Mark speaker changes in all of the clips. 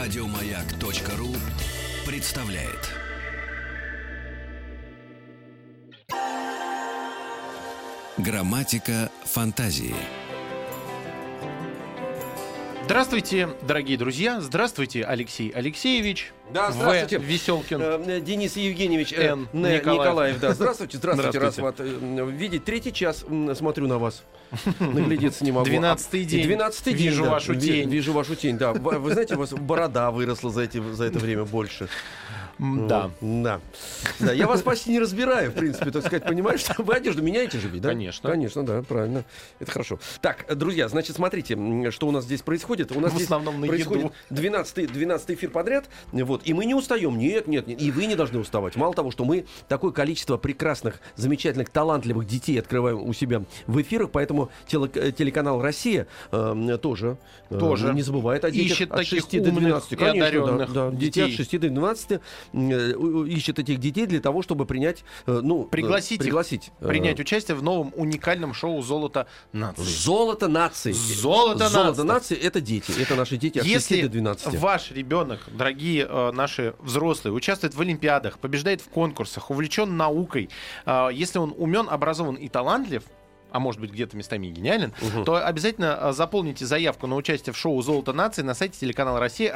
Speaker 1: Радиомаяк.ру представляет. Грамматика фантазии.
Speaker 2: Здравствуйте, дорогие друзья. Здравствууйте, Алексей Алексеевич.
Speaker 3: Да, здравствуйте.
Speaker 2: В. Веселкин.
Speaker 3: Э, Денис Евгеньевич э,
Speaker 2: Н.
Speaker 3: Н. Николаев.
Speaker 2: Николаев,
Speaker 3: да. Здравствуйте, здравствуйте, раз
Speaker 2: Здравствуйте.
Speaker 3: вот, э, видеть. Третий час м, смотрю на вас. Наглядеться не могу.
Speaker 2: Двенадцатый
Speaker 3: А,
Speaker 2: день.
Speaker 3: Двенадцатый день.
Speaker 2: Вижу
Speaker 3: да.
Speaker 2: вашу
Speaker 3: Ви-
Speaker 2: тень.
Speaker 3: Вижу вашу тень, да. Вы вы знаете, у вас борода выросла за, эти, за это время больше.
Speaker 2: М, Да.
Speaker 3: Ну, Да. Да, я вас почти не разбираю, в принципе, так сказать, понимаешь, что вы одежду меняете же ведь, да?
Speaker 2: Конечно.
Speaker 3: Конечно, да, правильно. Это хорошо. Так, э, друзья, значит, смотрите, м, что у нас здесь происходит. У нас
Speaker 2: В
Speaker 3: здесь
Speaker 2: основном на
Speaker 3: происходит
Speaker 2: еду.
Speaker 3: 12, 12 эфир подряд, вот, и мы не устаем. Нет, нет, нет, и вы не должны уставать. Мало того, что мы такое количество прекрасных, замечательных, талантливых детей открываем у себя в эфирах, поэтому телек- э, телеканал «Россия» э, м, тоже, э,
Speaker 2: Тоже.
Speaker 3: не забывает о детях
Speaker 2: Ищет
Speaker 3: от
Speaker 2: таких
Speaker 3: 6 до
Speaker 2: умных
Speaker 3: 12.
Speaker 2: и
Speaker 3: Конечно, да,
Speaker 2: одаренных
Speaker 3: да, детей от
Speaker 2: детей.
Speaker 3: 6 до 12 э, у- у- ищет этих детей для того, чтобы принять, э, ну, э,
Speaker 2: Пригласить их.
Speaker 3: пригласить э,
Speaker 2: Принять участие в новом уникальном шоу «Золото нации».
Speaker 3: Золото нации.
Speaker 2: Золото нации.
Speaker 3: Золото нации это дети, это наши дети от 6
Speaker 2: Если
Speaker 3: до 12.
Speaker 2: ваш ребенок, дорогие э, наши взрослые, участвует в олимпиадах, побеждает в конкурсах, увлечен наукой, э, если он умен, образован и талантлив, а может быть где-то местами и гениален,
Speaker 3: Мгм.
Speaker 2: то обязательно э, заполните заявку на участие в шоу «Золото нации» на сайте телеканала Россия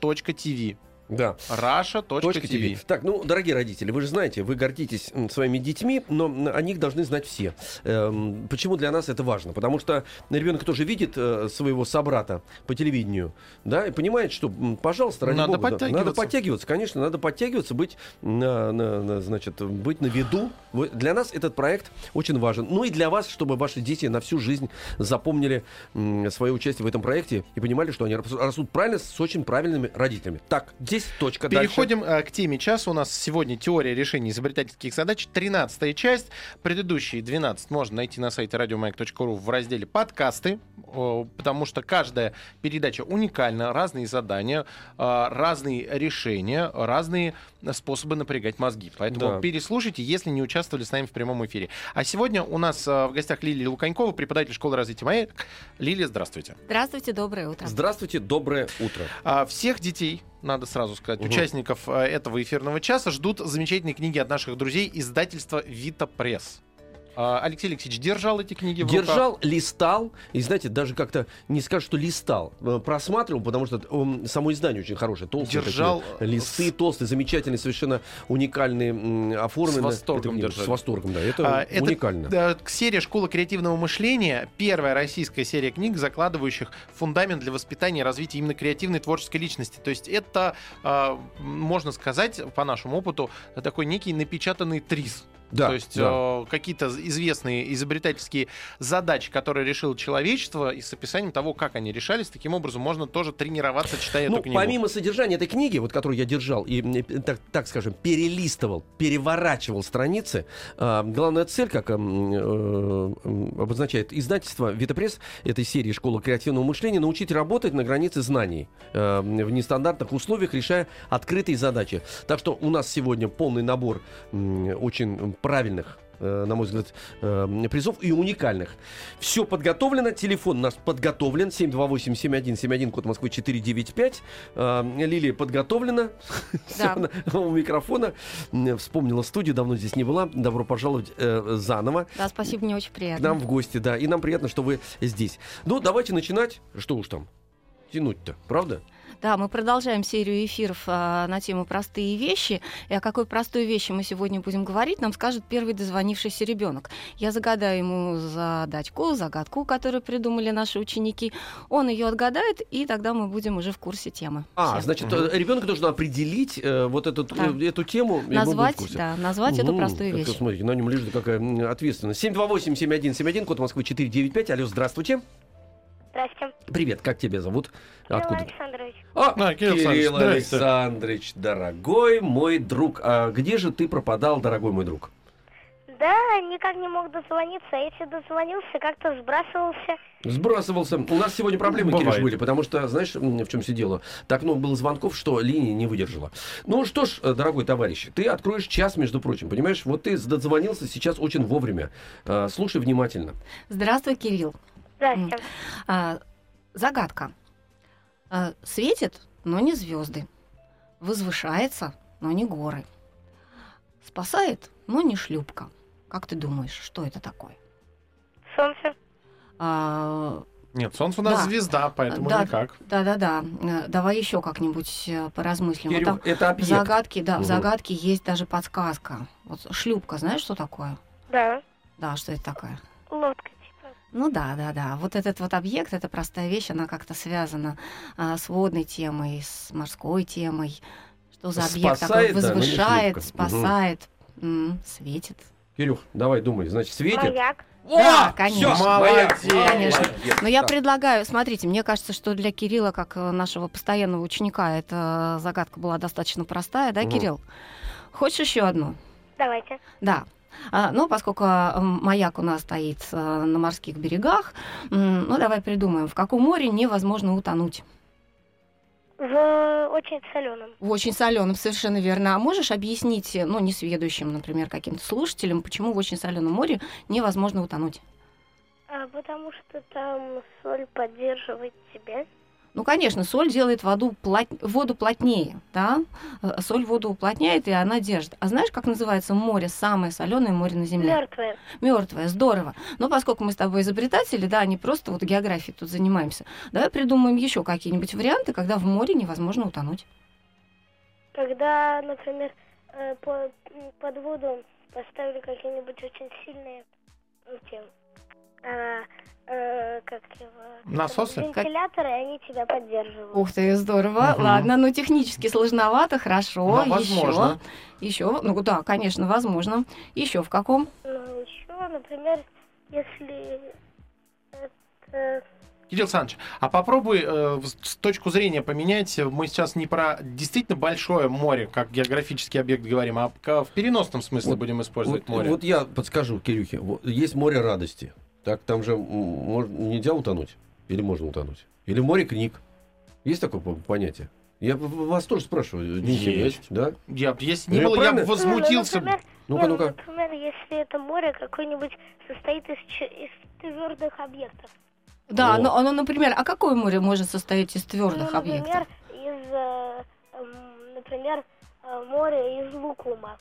Speaker 2: russia.tv.
Speaker 3: Да. Точка тебе.
Speaker 2: russia.tv.
Speaker 3: Так, ну, дорогие родители, вы же знаете, вы гордитесь м, своими детьми, но м, о них должны знать все. Эм, почему для нас это важно? Потому что ребенок тоже видит э, своего собрата по телевидению, да, и понимает, что, м, пожалуйста, ради
Speaker 2: Надо
Speaker 3: бога, да, надо
Speaker 2: подтягиваться.
Speaker 3: подтягиваться, конечно, надо подтягиваться, быть на, на- на, значит, быть на виду. Вы- Для нас этот проект очень важен. Ну и для вас, чтобы ваши дети на всю жизнь запомнили м, свое участие в этом проекте и понимали, что они рас- растут правильно с очень правильными родителями. Так, здесь точка. Дальше.
Speaker 2: Переходим э, к теме часа. У нас сегодня теория решения изобретательских задач. 13 часть. Предыдущие 12 можно найти на сайте радиомаяк.ру в разделе «Подкасты», э, потому что каждая передача уникальна. Разные задания, э, разные решения, разные способы напрягать мозги. Поэтому
Speaker 3: Да.
Speaker 2: переслушайте, если не участвовали с нами в прямом эфире. А сегодня у нас э, в гостях Лилия Луканькова, преподаватель школы развития «Маяк». Лилия, здравствуйте.
Speaker 4: Здравствуйте, доброе утро.
Speaker 3: Здравствуйте, доброе утро.
Speaker 2: А, Всех детей, надо сразу сказать,
Speaker 3: Мгм.
Speaker 2: участников а, этого эфирного часа ждут замечательные книги от наших друзей издательства Вита Пресс. А, Алексей Алексеевич держал эти книги в руках.
Speaker 3: Держал, листал, и знаете, даже как-то не скажу, что листал, э, просматривал, потому что он, само издание очень хорошее, толстые
Speaker 2: Держал,
Speaker 3: такие листы,
Speaker 2: э, с-
Speaker 3: толстые, замечательные, совершенно уникальные м, оформлены.
Speaker 2: С восторгом
Speaker 3: Это мне-
Speaker 2: держали.
Speaker 3: С восторгом, да, это
Speaker 2: А, это,
Speaker 3: уникально.
Speaker 2: да, серия «Школа креативного мышления» — первая российская серия книг, закладывающих фундамент для воспитания и развития именно креативной творческой личности. То есть это, а, м, можно сказать, по нашему опыту, такой некий напечатанный трис.
Speaker 3: Да,
Speaker 2: То есть
Speaker 3: да.
Speaker 2: э, какие-то известные изобретательские задачи, которые решило человечество, и с описанием того, как они решались, таким образом можно тоже тренироваться, читая
Speaker 3: Ну,
Speaker 2: эту книгу.
Speaker 3: помимо содержания этой книги, вот которую я держал и, м, э, так, так скажем, перелистывал, переворачивал страницы, а, главная цель, как м, э, м, обозначает издательство «Витапресс» этой серии «Школа креативного мышления» научить работать на границе знаний э, в нестандартных условиях, решая открытые задачи. Так что у нас сегодня полный набор м, очень правильных э, на мой взгляд, э, призов и уникальных. Все подготовлено, телефон наш подготовлен, 728-7171, код Москвы 495. Э, Лилия подготовлена,
Speaker 4: Да.
Speaker 3: Всё, она у микрофона, М, вспомнила студию, давно здесь не была, добро пожаловать э, заново
Speaker 4: Да, спасибо, мне очень
Speaker 3: к
Speaker 4: приятно.
Speaker 3: нам в гости, да, и нам приятно, что вы здесь. Ну, давайте начинать, что уж там, тянуть-то, правда?
Speaker 4: Да, мы продолжаем серию эфиров а, на тему «Простые вещи». И о какой простой вещи мы сегодня будем говорить, нам скажет первый дозвонившийся ребенок. Я загадаю ему задачку, загадку, которую придумали наши ученики. Он ее отгадает, и тогда мы будем уже в курсе темы.
Speaker 3: А,
Speaker 4: Все.
Speaker 3: значит,
Speaker 2: Мгм.
Speaker 3: ребенок должен определить э, вот эту,
Speaker 4: Да.
Speaker 3: э, эту тему. и мы будем в
Speaker 4: назвать,
Speaker 3: курсе.
Speaker 4: да, назвать эту
Speaker 3: М,
Speaker 4: простую
Speaker 3: это,
Speaker 4: вещь.
Speaker 3: Смотрите, на нем лежит какая м, ответственность. 728-7171, код Москвы 495. Алло, здравствуйте.
Speaker 5: Здравствуйте.
Speaker 3: Привет, как тебя зовут?
Speaker 5: Кирилл
Speaker 3: Откуда? ты?
Speaker 5: Александрович.
Speaker 3: А,
Speaker 2: А, Кирилл
Speaker 3: Кирилл,
Speaker 2: Александрович, здрасте.
Speaker 3: Александрович, дорогой мой друг. А где же ты пропадал, дорогой мой друг?
Speaker 5: Да, никак не мог дозвониться. А Если дозвонился, как-то сбрасывался.
Speaker 3: Сбрасывался. У нас сегодня проблемы,
Speaker 2: Бывает.
Speaker 3: Кириш, были, потому что, знаешь, м, в чем все дело? Так много было звонков, что линия не выдержала. Ну что ж, э, дорогой товарищ, ты откроешь час, между прочим, понимаешь? Вот ты дозвонился сейчас очень вовремя. Э, Слушай внимательно.
Speaker 4: Здравствуй, Кирилл.
Speaker 5: Здравствуйте.
Speaker 4: А, загадка. А, светит но не звезды. Возвышается, но не горы. Спасает, но не шлюпка. Как ты думаешь, что это такое?
Speaker 5: Солнце.
Speaker 4: А,
Speaker 2: Нет, солнце у нас
Speaker 4: Да.
Speaker 2: звезда, поэтому
Speaker 4: Да.
Speaker 2: никак.
Speaker 4: Да-да-да, э, давай еще как-нибудь э, поразмыслим. Вот
Speaker 3: Кирюх,
Speaker 4: там
Speaker 3: это
Speaker 4: в
Speaker 3: объект.
Speaker 4: загадке, да, в
Speaker 3: Мгм.
Speaker 4: загадке есть даже подсказка. Вот шлюпка, знаешь, что такое?
Speaker 5: Да.
Speaker 4: Да, что это такое?
Speaker 5: Лодка, типа.
Speaker 4: Ну да, да, да. Вот этот вот объект, эта простая вещь, она как-то связана а, с водной темой, с морской темой. Что за объект
Speaker 3: Спасает,
Speaker 4: такой
Speaker 3: да, но не
Speaker 4: возвышает,
Speaker 3: шлюпка.
Speaker 4: спасает, м, светит.
Speaker 3: Кирюх, давай думай. Значит, светит.
Speaker 5: Маяк.
Speaker 4: Да, конечно.
Speaker 3: всё,
Speaker 2: Молодец.
Speaker 3: маяк,
Speaker 4: Конечно.
Speaker 3: молодец.
Speaker 4: Но я
Speaker 3: Так.
Speaker 4: предлагаю, смотрите, мне кажется, что для Кирилла, как э, нашего постоянного ученика, эта загадка была достаточно простая, да,
Speaker 3: Мгм.
Speaker 4: Кирилл? Хочешь еще одну?
Speaker 5: Давайте.
Speaker 4: Да. А, Ну, поскольку э, маяк у нас стоит э, на морских берегах, м, ну, давай придумаем, в каком море невозможно утонуть.
Speaker 5: В очень соленом.
Speaker 4: В очень соленом, совершенно верно. А можешь объяснить, э, ну, несведущим, например, каким-то слушателям, почему в очень соленом море невозможно утонуть?
Speaker 5: А, потому что там соль поддерживает тебя.
Speaker 4: Ну, конечно, соль делает воду, плот- воду плотнее, да? Э, Соль воду уплотняет, и она держит. А знаешь, как называется море, самое соленое море на Земле?
Speaker 5: Мертвая.
Speaker 4: Мертвое, здорово. Но поскольку мы с тобой изобретатели, да, не просто вот географией тут занимаемся, давай придумаем еще какие-нибудь варианты, когда в море невозможно утонуть.
Speaker 5: Когда, например, э, по- м, под воду поставили какие-нибудь очень сильные эти, а, э, как его,
Speaker 2: Насосы?
Speaker 5: вентиляторы, и они тебя поддерживают.
Speaker 4: Ух ты, здорово.
Speaker 2: Мгм.
Speaker 4: Ладно, ну технически сложновато, хорошо.
Speaker 2: Но возможно.
Speaker 4: Еще, еще, ну да, конечно, возможно. Еще в каком?
Speaker 5: Ну, еще, например, если это...
Speaker 2: Кирилл Александрович, а попробуй э, в- с точку зрения поменять. э, Мы сейчас не про действительно большое море, как географический объект говорим, а к- в переносном смысле
Speaker 3: Вот-
Speaker 2: будем использовать
Speaker 3: Вот,
Speaker 2: море.
Speaker 3: вот я подскажу Кирюхе. Вот Есть море радости. Так там же м, мож- нельзя утонуть. Или можно утонуть. Или море книг. Есть такое по- понятие? Я в- в- вас тоже спрашиваю. Денис
Speaker 2: Есть.
Speaker 3: Евгеевич, Да?
Speaker 2: Я, б- если
Speaker 3: Ну,
Speaker 2: не
Speaker 3: я
Speaker 2: было, я бы
Speaker 3: правильно?
Speaker 2: возмутился.
Speaker 5: Ну, например,
Speaker 3: Ну-ка,
Speaker 5: не, ну,
Speaker 3: ну-ка.
Speaker 5: например, если это море какое-нибудь состоит из, че- из твердых объектов.
Speaker 4: Да,
Speaker 3: О.
Speaker 4: ну, оно, например, а какое море может состоять из твердых
Speaker 5: ну, например,
Speaker 4: объектов?
Speaker 5: из, э, эм, например, э, море из лукума.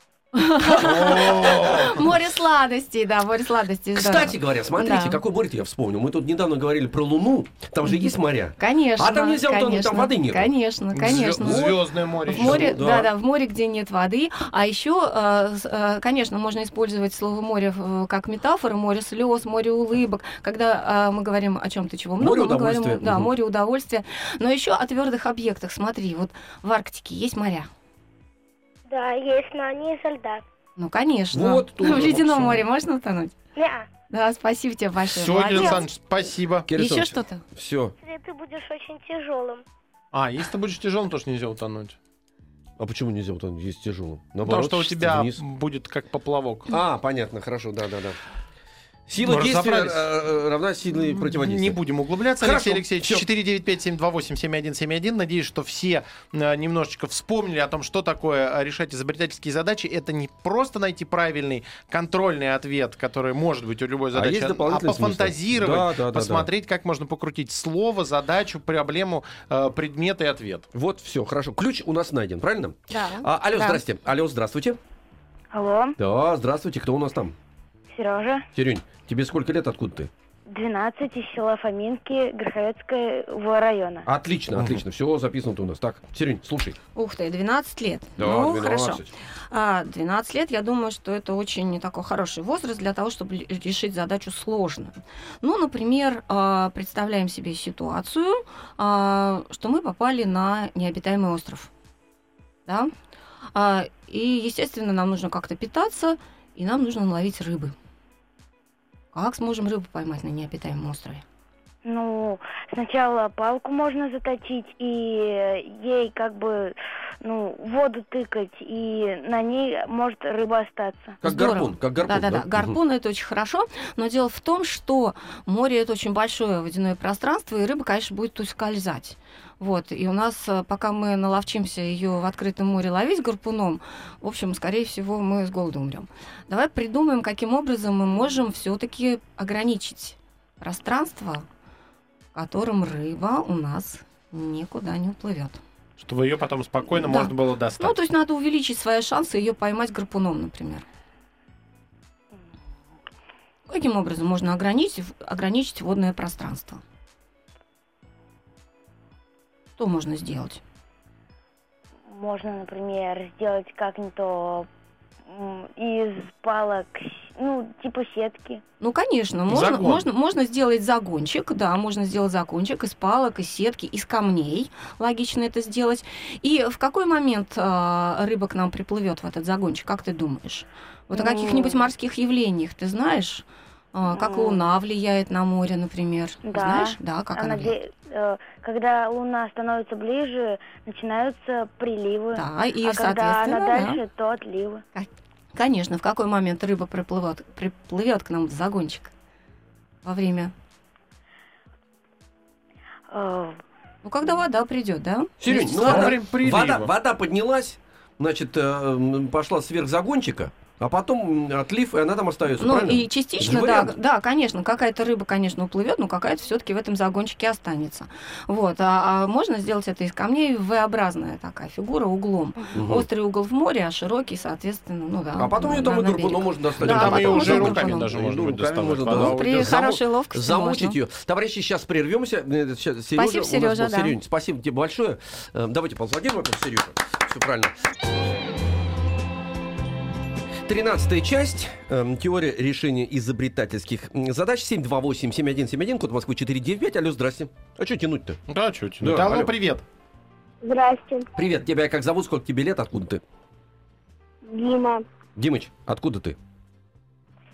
Speaker 2: О,
Speaker 4: Море сладостей, да, море сладостей. здорово.
Speaker 3: Кстати говоря, смотрите,
Speaker 4: Да.
Speaker 3: какой море я вспомнил. Мы тут недавно говорили про Луну. Там же есть моря.
Speaker 4: Конечно.
Speaker 3: А там нельзя утонуть, там
Speaker 4: конечно,
Speaker 3: воды нету.
Speaker 4: Конечно, конечно.
Speaker 2: Звездное море.
Speaker 4: В
Speaker 2: ещё.
Speaker 4: море,
Speaker 3: да.
Speaker 4: да. да, в море, где нет воды. А еще, э, с- э, конечно, можно использовать слово море э, как метафора, море слез, море улыбок. Когда э, мы говорим о чем-то чего много,
Speaker 3: Море
Speaker 4: мы говорим
Speaker 3: удовольствия.
Speaker 4: да,
Speaker 3: Мгм.
Speaker 4: море удовольствия. Но еще о твердых объектах. Смотри, вот в Арктике есть моря.
Speaker 5: Да, есть, но они изо льда.
Speaker 4: Ну, конечно.
Speaker 3: Вот тоже
Speaker 4: в ледяном
Speaker 3: максимум.
Speaker 4: море можно утонуть.
Speaker 5: Неа.
Speaker 4: Да, спасибо тебе большое.
Speaker 2: Все, Кирилл
Speaker 4: Молодец.
Speaker 2: Александрович, спасибо.
Speaker 4: Еще что-то?
Speaker 3: Все.
Speaker 5: Если ты будешь очень тяжелым.
Speaker 2: А, если ты будешь тяжелым, тоже нельзя утонуть.
Speaker 3: А почему нельзя утонуть? Есть тяжело.
Speaker 2: Потому что у тебя
Speaker 3: вниз.
Speaker 2: будет как поплавок.
Speaker 3: А, понятно, хорошо, да, да, да. Сила
Speaker 4: Ну,
Speaker 2: Мы
Speaker 3: действия
Speaker 2: разобрались.
Speaker 3: э, э, равна силе противодействия.
Speaker 2: Не будем углубляться.
Speaker 3: Хорошо.
Speaker 2: Алексей Алексеевич,
Speaker 3: Всё.
Speaker 2: 495-728-7171. Надеюсь, что все э, немножечко вспомнили о том, что такое э, решать изобретательские задачи. Это не просто найти правильный контрольный ответ, который может быть у любой
Speaker 3: А
Speaker 2: задачи,
Speaker 3: есть
Speaker 2: а,
Speaker 3: дополнительные смыслы.
Speaker 2: пофантазировать,
Speaker 3: Да, да, да,
Speaker 2: посмотреть, как можно покрутить слово, задачу, проблему, э, предмет и ответ.
Speaker 3: Вот, все, хорошо. Ключ у нас найден, правильно?
Speaker 4: Да.
Speaker 3: А, алло,
Speaker 4: Да.
Speaker 3: здрасте. Алло, здравствуйте.
Speaker 5: Алло,
Speaker 3: Да, здравствуйте, кто у нас там?
Speaker 5: Сережа,
Speaker 3: Серень, тебе сколько лет, откуда ты?
Speaker 5: 12 из села Фоминки Гроховецкого района.
Speaker 3: Отлично,
Speaker 2: Мгм.
Speaker 3: отлично, все записано у нас. Так, Серень, слушай.
Speaker 4: Ух ты, 12 лет.
Speaker 3: Да,
Speaker 4: ну,
Speaker 3: 12.
Speaker 4: хорошо. А, 12 лет, я думаю, что это очень не такой хороший возраст для того, чтобы л- решить задачу сложную. Ну, например, а, представляем себе ситуацию, а, что мы попали на необитаемый остров. Да? А, И, естественно, нам нужно как-то питаться, и нам нужно ловить рыбы. Как сможем рыбу поймать на необитаемом острове?
Speaker 5: Ну, сначала палку можно заточить и ей как бы ну воду тыкать и на ней может рыба остаться.
Speaker 3: Как
Speaker 4: Здорово.
Speaker 3: гарпун, как гарпун.
Speaker 4: Да-да-да,
Speaker 3: Мгм.
Speaker 4: гарпун это очень хорошо, но дело в том, что море это очень большое водяное пространство, и рыба, конечно, будет ускользать. Вот, и у нас, э, пока мы наловчимся ее в открытом море ловить гарпуном, в общем, скорее всего, мы с голоду умрем. Давай придумаем, каким образом мы можем все-таки ограничить пространство, в котором рыба у нас никуда не уплывет.
Speaker 2: Чтобы ее потом спокойно
Speaker 4: Да.
Speaker 2: можно было достать.
Speaker 4: Ну, то есть надо увеличить свои шансы ее поймать гарпуном, например. Каким образом можно ограничить, ограничить водное пространство? Что можно сделать?
Speaker 5: Можно, например, сделать как-нибудь то, м, из палок, с- ну, типа сетки.
Speaker 4: Ну, конечно, можно,
Speaker 2: Загон.
Speaker 4: можно, можно сделать загончик, да, можно сделать загончик из палок, из сетки, из камней. Логично это сделать. И в какой момент а, рыба к нам приплывет в этот загончик, как ты думаешь? Вот о
Speaker 5: Ну.
Speaker 4: каких-нибудь морских явлениях ты знаешь? А, как
Speaker 5: М.
Speaker 4: луна влияет на море, например.
Speaker 5: Да.
Speaker 4: Знаешь? Да, как
Speaker 5: А
Speaker 4: она
Speaker 5: на
Speaker 4: влияет.
Speaker 5: де- э, когда луна становится ближе, начинаются приливы.
Speaker 4: Да, и,
Speaker 5: а когда
Speaker 4: соответственно,
Speaker 5: она
Speaker 4: да.
Speaker 5: дальше, то отливы.
Speaker 4: Конечно, в какой момент рыба приплывет, приплывет к нам в загончик? Во время.
Speaker 5: Э,
Speaker 4: Ну, когда вода придет, да?
Speaker 3: Серёнь,
Speaker 4: Вместе с
Speaker 3: ну,
Speaker 2: Во
Speaker 4: водой.
Speaker 3: ладно.
Speaker 2: время прилива.
Speaker 3: Вода, вода поднялась, значит, э, м, пошла сверх загончика, а потом м, отлив, и она там остается.
Speaker 4: Ну
Speaker 3: правильно?
Speaker 4: и частично,
Speaker 3: Это же
Speaker 4: да,
Speaker 3: вариант.
Speaker 4: да, конечно, какая-то рыба, конечно, уплывет, но какая-то все-таки в этом загончике останется. Вот, а, а можно сделать это из камней V-образная такая фигура углом.
Speaker 3: Мгм.
Speaker 4: Острый угол в море, а широкий, соответственно, ну да.
Speaker 3: а потом ее
Speaker 4: на-
Speaker 3: там и
Speaker 4: на берег.
Speaker 3: гарпуном можно достать.
Speaker 4: Да,
Speaker 2: там ее
Speaker 4: потом
Speaker 2: уже
Speaker 4: можно
Speaker 2: руками
Speaker 4: потом.
Speaker 2: даже
Speaker 3: И
Speaker 2: можно
Speaker 3: руками
Speaker 2: будет доставать.
Speaker 3: можно,
Speaker 2: Вода
Speaker 3: да.
Speaker 4: Ну,
Speaker 2: уйдет.
Speaker 4: при
Speaker 3: заму-
Speaker 4: хорошей ловкости
Speaker 3: Замучить
Speaker 4: можно.
Speaker 3: ее. Товарищи, сейчас прервемся. Э, щас Серёжа
Speaker 4: Спасибо,
Speaker 3: у нас был.
Speaker 4: Серёжа, да.
Speaker 3: Серёнь, спасибо тебе большое. Э, Давайте поаплодируем этому Сережу. Все правильно. Тринадцатая часть. Эм, Теория решения изобретательских м, задач. 728-7171, код Москвы 495. Алло, здрасте. А что тянуть-то?
Speaker 2: Да, чуть.
Speaker 3: Да,
Speaker 2: Да,
Speaker 3: алло.
Speaker 2: ну привет.
Speaker 5: Здрасте,
Speaker 3: Привет, тебя как зовут, сколько тебе лет, откуда ты?
Speaker 5: Дима.
Speaker 3: Димыч, откуда ты?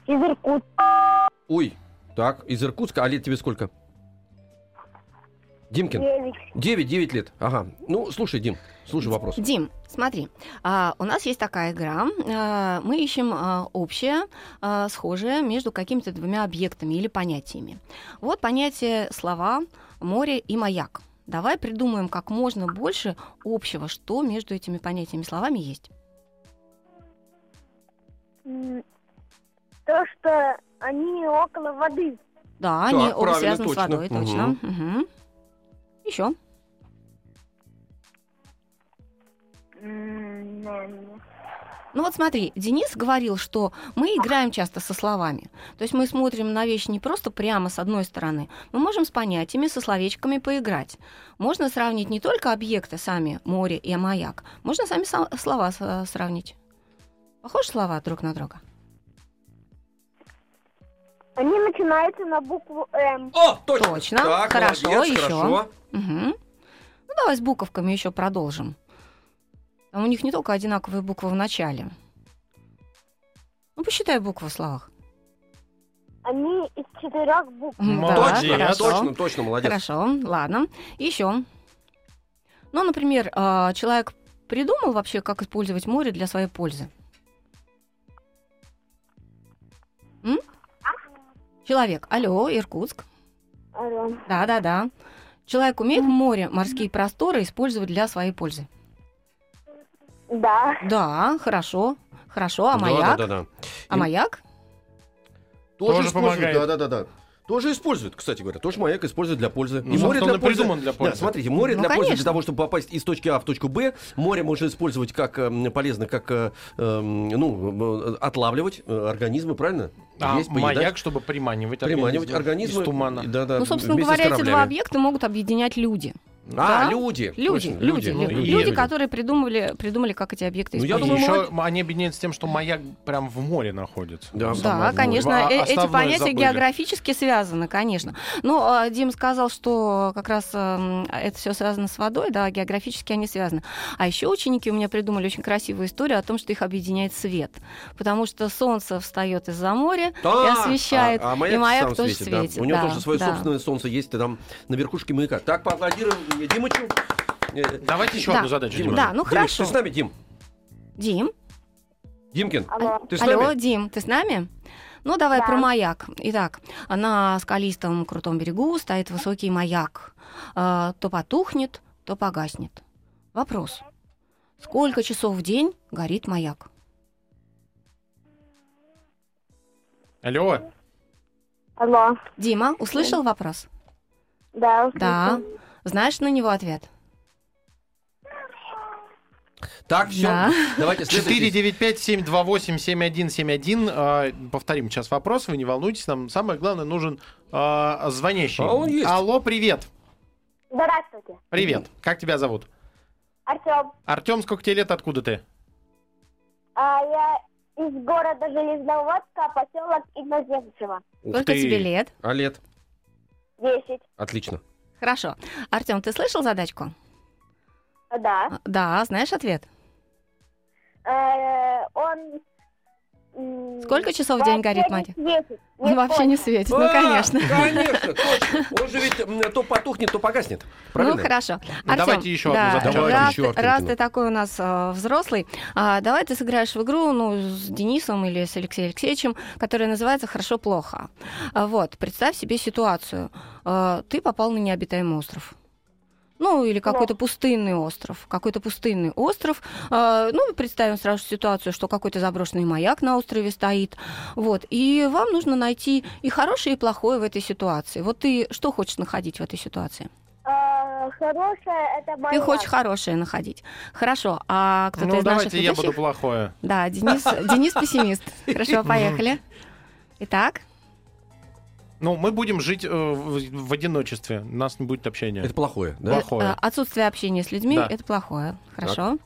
Speaker 5: Из Иркутска.
Speaker 3: Ой, так, из Иркутска, а лет тебе сколько? Димкин, 9, 9 лет. Ага. Ну, слушай, Дим, слушай вопрос.
Speaker 4: Дим, смотри, а, у нас есть такая игра. а, мы ищем а, общее, а, схожее между какими-то двумя объектами или понятиями. Вот понятие слова, море и маяк. Давай придумаем как можно больше общего, что между этими понятиями и словами есть.
Speaker 5: То, что они около воды.
Speaker 4: Да,
Speaker 3: Так,
Speaker 4: они оба
Speaker 3: правильно,
Speaker 4: связаны
Speaker 3: точно.
Speaker 4: с водой, точно. Еще. Ну вот смотри, Денис говорил, что мы играем часто со словами. То есть мы смотрим на вещь не просто прямо с одной стороны. Мы можем с понятиями, со словечками поиграть. Можно сравнить не только объекты сами, море и маяк. Можно сами со- слова с- сравнить. Похожи слова друг на друга?
Speaker 5: Они начинаются на букву М.
Speaker 3: О, точно.
Speaker 4: Точно.
Speaker 3: Так,
Speaker 4: Хорошо,
Speaker 3: молодец,
Speaker 4: еще.
Speaker 3: хорошо.
Speaker 4: Мгм. Ну давай с буковками еще продолжим. Там у них не только одинаковые буквы в начале. Ну посчитай буквы в словах.
Speaker 5: Они из четырех букв.
Speaker 4: М, да,
Speaker 2: Молодец.
Speaker 3: точно,
Speaker 4: хорошо.
Speaker 3: точно, точно, молодец.
Speaker 4: Хорошо, ладно. Еще. Ну, например, а, человек придумал вообще, как использовать море для своей пользы. М? Человек. Алло, Иркутск.
Speaker 5: Алло.
Speaker 4: Да, да, да. Человек умеет море, морские просторы использовать для своей пользы.
Speaker 5: Да.
Speaker 4: Да, хорошо. Хорошо, а
Speaker 3: Да,
Speaker 4: маяк?
Speaker 3: Да, да, да.
Speaker 4: А маяк?
Speaker 3: Тоже,
Speaker 2: Тоже
Speaker 3: используют,
Speaker 2: помогает.
Speaker 3: да, да, да, да. Тоже используют, кстати говоря. Тоже маяк используют для пользы.
Speaker 2: Ну, собственно, придуман для пользы.
Speaker 3: Да, смотрите, море
Speaker 4: Ну,
Speaker 3: для пользы, для
Speaker 4: конечно.
Speaker 3: того, чтобы попасть из точки А в точку Б. Море можно использовать как эм, полезно, как э, эм, ну, э, отлавливать э, организмы, правильно?
Speaker 2: А
Speaker 3: Есть, поедать,
Speaker 2: маяк, чтобы приманивать,
Speaker 3: приманивать
Speaker 2: организм
Speaker 3: организмы.
Speaker 2: из тумана.
Speaker 3: Да, да,
Speaker 4: Ну, собственно
Speaker 3: вместе с
Speaker 4: говоря, эти два
Speaker 3: кораблями.
Speaker 4: объекта могут объединять люди.
Speaker 3: А,
Speaker 4: да.
Speaker 3: люди.
Speaker 4: Люди,
Speaker 3: Точно,
Speaker 4: люди,
Speaker 2: ну,
Speaker 4: люди,
Speaker 2: и-
Speaker 4: люди, которые придумали, придумали, как эти объекты
Speaker 3: Ну,
Speaker 2: И
Speaker 3: я
Speaker 4: использовать.
Speaker 3: думаю,
Speaker 2: еще
Speaker 3: молодец.
Speaker 2: они объединяются тем, что маяк прям в море находится.
Speaker 3: Да.
Speaker 2: Ну, само
Speaker 4: Да,
Speaker 2: собой.
Speaker 4: конечно,
Speaker 2: А-
Speaker 4: э- эти
Speaker 2: основное
Speaker 4: понятия
Speaker 2: забыли.
Speaker 4: географически связаны, конечно. Но э, Дим сказал, что э, как раз эм, это все связано с водой, да, географически они связаны. А еще ученики у меня придумали очень красивую историю о том, что их объединяет свет, потому что солнце встает из-за моря,
Speaker 3: Да,
Speaker 4: и освещает.
Speaker 3: а- а
Speaker 4: и маяк
Speaker 3: сам
Speaker 4: тоже
Speaker 3: да.
Speaker 4: светит,
Speaker 3: У него
Speaker 4: да,
Speaker 3: тоже свое
Speaker 4: да.
Speaker 3: собственное солнце есть, ты там на верхушке маяка. Так, поаплодируем э, Димычу. Э,
Speaker 2: Давайте еще
Speaker 4: Да.
Speaker 2: одну задачу,
Speaker 3: Дима,
Speaker 2: Дима.
Speaker 4: Да, ну
Speaker 3: Димыч,
Speaker 4: хорошо.
Speaker 3: Ты с нами, Дим?
Speaker 4: Дим,
Speaker 3: Димкин,
Speaker 4: А
Speaker 5: Алло.
Speaker 3: ты с
Speaker 4: алло,
Speaker 3: нами?
Speaker 4: Дим, ты с нами? Ну, давай
Speaker 5: Да.
Speaker 4: про маяк. Итак, на скалистом крутом берегу стоит высокий маяк. Э, То потухнет, то погаснет. Вопрос. Сколько часов в день горит маяк?
Speaker 2: Алло,
Speaker 5: Алло.
Speaker 4: Дима, услышал вопрос?
Speaker 5: Да.
Speaker 4: Да. Знаешь на него ответ?
Speaker 3: Так, все.
Speaker 4: Да.
Speaker 3: Давайте следующий.
Speaker 2: 495-728-7171. А, Повторим сейчас вопрос, вы не волнуйтесь, нам самое главное нужен а, звонящий.
Speaker 3: А он есть.
Speaker 2: Алло, привет.
Speaker 5: Здравствуйте.
Speaker 2: Привет. Как тебя зовут?
Speaker 5: Артем,
Speaker 2: Артем, сколько тебе лет, откуда ты?
Speaker 5: а я из города Железноводска, поселок Иноземцево.
Speaker 3: Ух
Speaker 4: Сколько
Speaker 2: ты.
Speaker 4: тебе лет?
Speaker 3: А лет?
Speaker 5: Десять.
Speaker 3: Отлично.
Speaker 4: Хорошо. Артем, ты слышал задачку?
Speaker 5: Да.
Speaker 4: А, Да, знаешь ответ? А.
Speaker 5: Э, он... м,
Speaker 4: Сколько часов в день
Speaker 5: вообще
Speaker 4: горит
Speaker 5: не
Speaker 4: Мария?
Speaker 5: светит, не
Speaker 4: Он вообще не
Speaker 5: сколько.
Speaker 4: светит, ну,
Speaker 3: А,
Speaker 4: конечно.
Speaker 3: Конечно, точно. Он же ведь м, то потухнет, то погаснет. Правильно?
Speaker 4: Ну хорошо.
Speaker 2: Ну,
Speaker 4: Артём,
Speaker 2: давайте ещё одну
Speaker 4: да,
Speaker 2: задачу.
Speaker 3: Давайте
Speaker 4: раз,
Speaker 3: ещё,
Speaker 4: ты-
Speaker 3: Артём,
Speaker 4: раз
Speaker 3: давай.
Speaker 4: ты такой у нас э, взрослый, а, давай ты сыграешь в игру ну, с Денисом или с Алексеем Алексеевичем, которая называется «Хорошо-плохо». А, вот, представь себе ситуацию. А, ты попал на необитаемый остров. Ну, или какой-то пустынный остров. Какой-то пустынный остров. А, Ну, представим сразу же ситуацию, что какой-то заброшенный маяк на острове стоит. Вот. И вам нужно найти и хорошее, и плохое в этой ситуации. Вот ты что хочешь находить в этой ситуации?
Speaker 5: Э, хорошая это моя.
Speaker 4: Ты хочешь хорошее находить. Хорошо, а кто-то
Speaker 2: ну,
Speaker 4: из наших
Speaker 2: давайте я буду
Speaker 4: ведущих?
Speaker 2: плохое.
Speaker 4: Да, Денис, Денис пессимист. Хорошо, поехали. Итак,
Speaker 2: Ну, мы будем жить э, в, в одиночестве. У нас не будет общения.
Speaker 3: Это плохое, да?
Speaker 2: Да. Плохое.
Speaker 4: э, отсутствие общения с людьми
Speaker 2: Да.
Speaker 4: это плохое. Хорошо.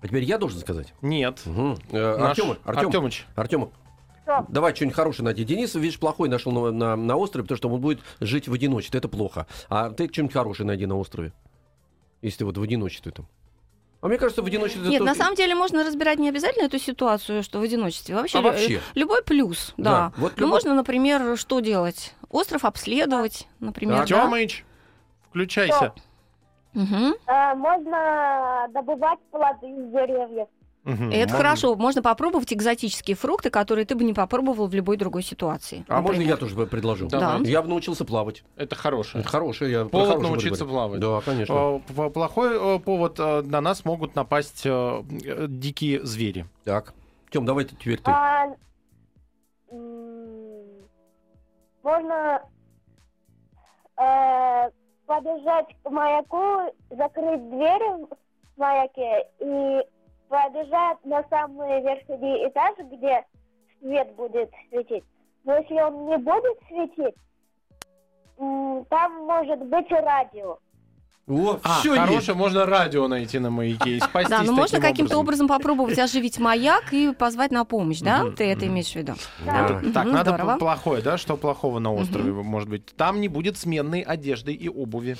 Speaker 3: А теперь я должен сказать.
Speaker 2: Нет.
Speaker 3: Угу.
Speaker 2: Наш
Speaker 3: Артема, Артема,
Speaker 2: Э, Артёмыч.
Speaker 3: Артема,
Speaker 5: Что?
Speaker 3: давай что-нибудь хорошее найди. Денис, видишь, плохой нашел на, на, на острове, потому что он будет жить в одиночестве. Это плохо. А ты что-нибудь хорошее найди на острове. Если ты вот в одиночестве там. А мне кажется, в одиночестве... это
Speaker 4: Нет, на
Speaker 3: тоже-
Speaker 4: самом деле можно разбирать не обязательно эту ситуацию, что в одиночестве. Вообще,
Speaker 3: А вообще?
Speaker 4: э, любой плюс, да.
Speaker 3: Да, вот
Speaker 4: Ну,
Speaker 3: любой-
Speaker 4: можно, например, что делать? Остров обследовать, например. да?
Speaker 2: Артемыч, включайся.
Speaker 4: Мгм.
Speaker 5: Э, можно добывать плоды из деревьев.
Speaker 2: Мгм,
Speaker 4: Это
Speaker 2: можно.
Speaker 4: хорошо. Можно попробовать экзотические фрукты, которые ты бы не попробовал в любой другой ситуации.
Speaker 3: А можно
Speaker 4: например.
Speaker 3: я тоже бы предложу?
Speaker 2: Давай.
Speaker 3: Я бы научился плавать.
Speaker 2: Это хорошее.
Speaker 3: Это хорошее. Я про
Speaker 2: Повод
Speaker 3: хорошее
Speaker 2: научиться
Speaker 3: говорю.
Speaker 2: плавать.
Speaker 3: Да, конечно.
Speaker 2: Э, п- Плохой э, повод. э, На нас могут напасть э, э, дикие звери.
Speaker 3: Так. Тем, давай ты- теперь ты.
Speaker 5: А, м, можно э, подбежать к маяку, закрыть двери в маяке и побежать на самый верхний этаж, где свет будет светить. Но если он не будет светить, м, там может быть радио.
Speaker 3: О,
Speaker 2: А,
Speaker 3: все
Speaker 2: хорошее,
Speaker 3: есть.
Speaker 2: можно радио найти на маяке и спастись
Speaker 4: Да, ну можно
Speaker 2: таким
Speaker 4: каким-то образом. попробовать оживить маяк и позвать на помощь, да?
Speaker 2: Мгм,
Speaker 4: Ты это
Speaker 2: мгм.
Speaker 4: имеешь в виду?
Speaker 2: Это-
Speaker 3: Да.
Speaker 4: Мгм,
Speaker 2: Так, надо
Speaker 4: здорово.
Speaker 2: п- плохое, да? Что плохого на острове может быть? Там не будет сменной одежды и обуви.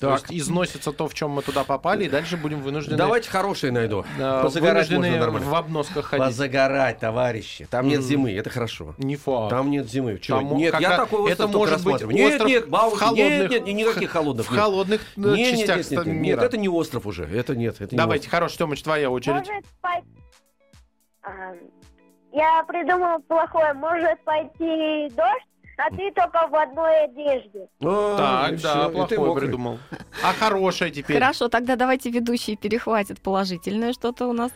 Speaker 2: То
Speaker 3: Так.
Speaker 2: есть износится то, в чем мы туда попали, и дальше будем вынуждены,
Speaker 3: Давайте хорошее найду.
Speaker 2: э,
Speaker 3: Позагорать
Speaker 2: вынуждены
Speaker 3: можно нормально.
Speaker 2: в обносках ходить.
Speaker 3: Позагорать, товарищи. Там нет зимы, это хорошо.
Speaker 2: Не факт.
Speaker 3: Там нет зимы. Чё?
Speaker 2: Там
Speaker 3: нет,
Speaker 2: как
Speaker 3: я
Speaker 2: раз-
Speaker 3: такой остров
Speaker 2: это
Speaker 3: только
Speaker 2: может быть
Speaker 3: рассматриваю. Нет,
Speaker 2: остров
Speaker 3: нет, Баунти,
Speaker 2: в холодных-
Speaker 3: нет, нет, никаких холодных.
Speaker 2: в
Speaker 3: нет.
Speaker 2: холодных э,
Speaker 3: Не, не, нет,
Speaker 2: частях
Speaker 3: нет, нет, нет,
Speaker 2: мира.
Speaker 3: это не остров уже. Это нет. Это не
Speaker 2: Давайте, хорош, Тёмыч, твоя очередь.
Speaker 5: Может пой- А, Я придумала плохое. Может пойти дождь, а ты только в одной одежде.
Speaker 3: остров. А,
Speaker 2: Так,
Speaker 3: и всё,
Speaker 2: да,
Speaker 3: и ты
Speaker 2: плохое
Speaker 3: мокрый.
Speaker 2: придумал. А хорошее теперь.
Speaker 4: Хорошо, тогда давайте ведущие перехватят положительное что-то у нас.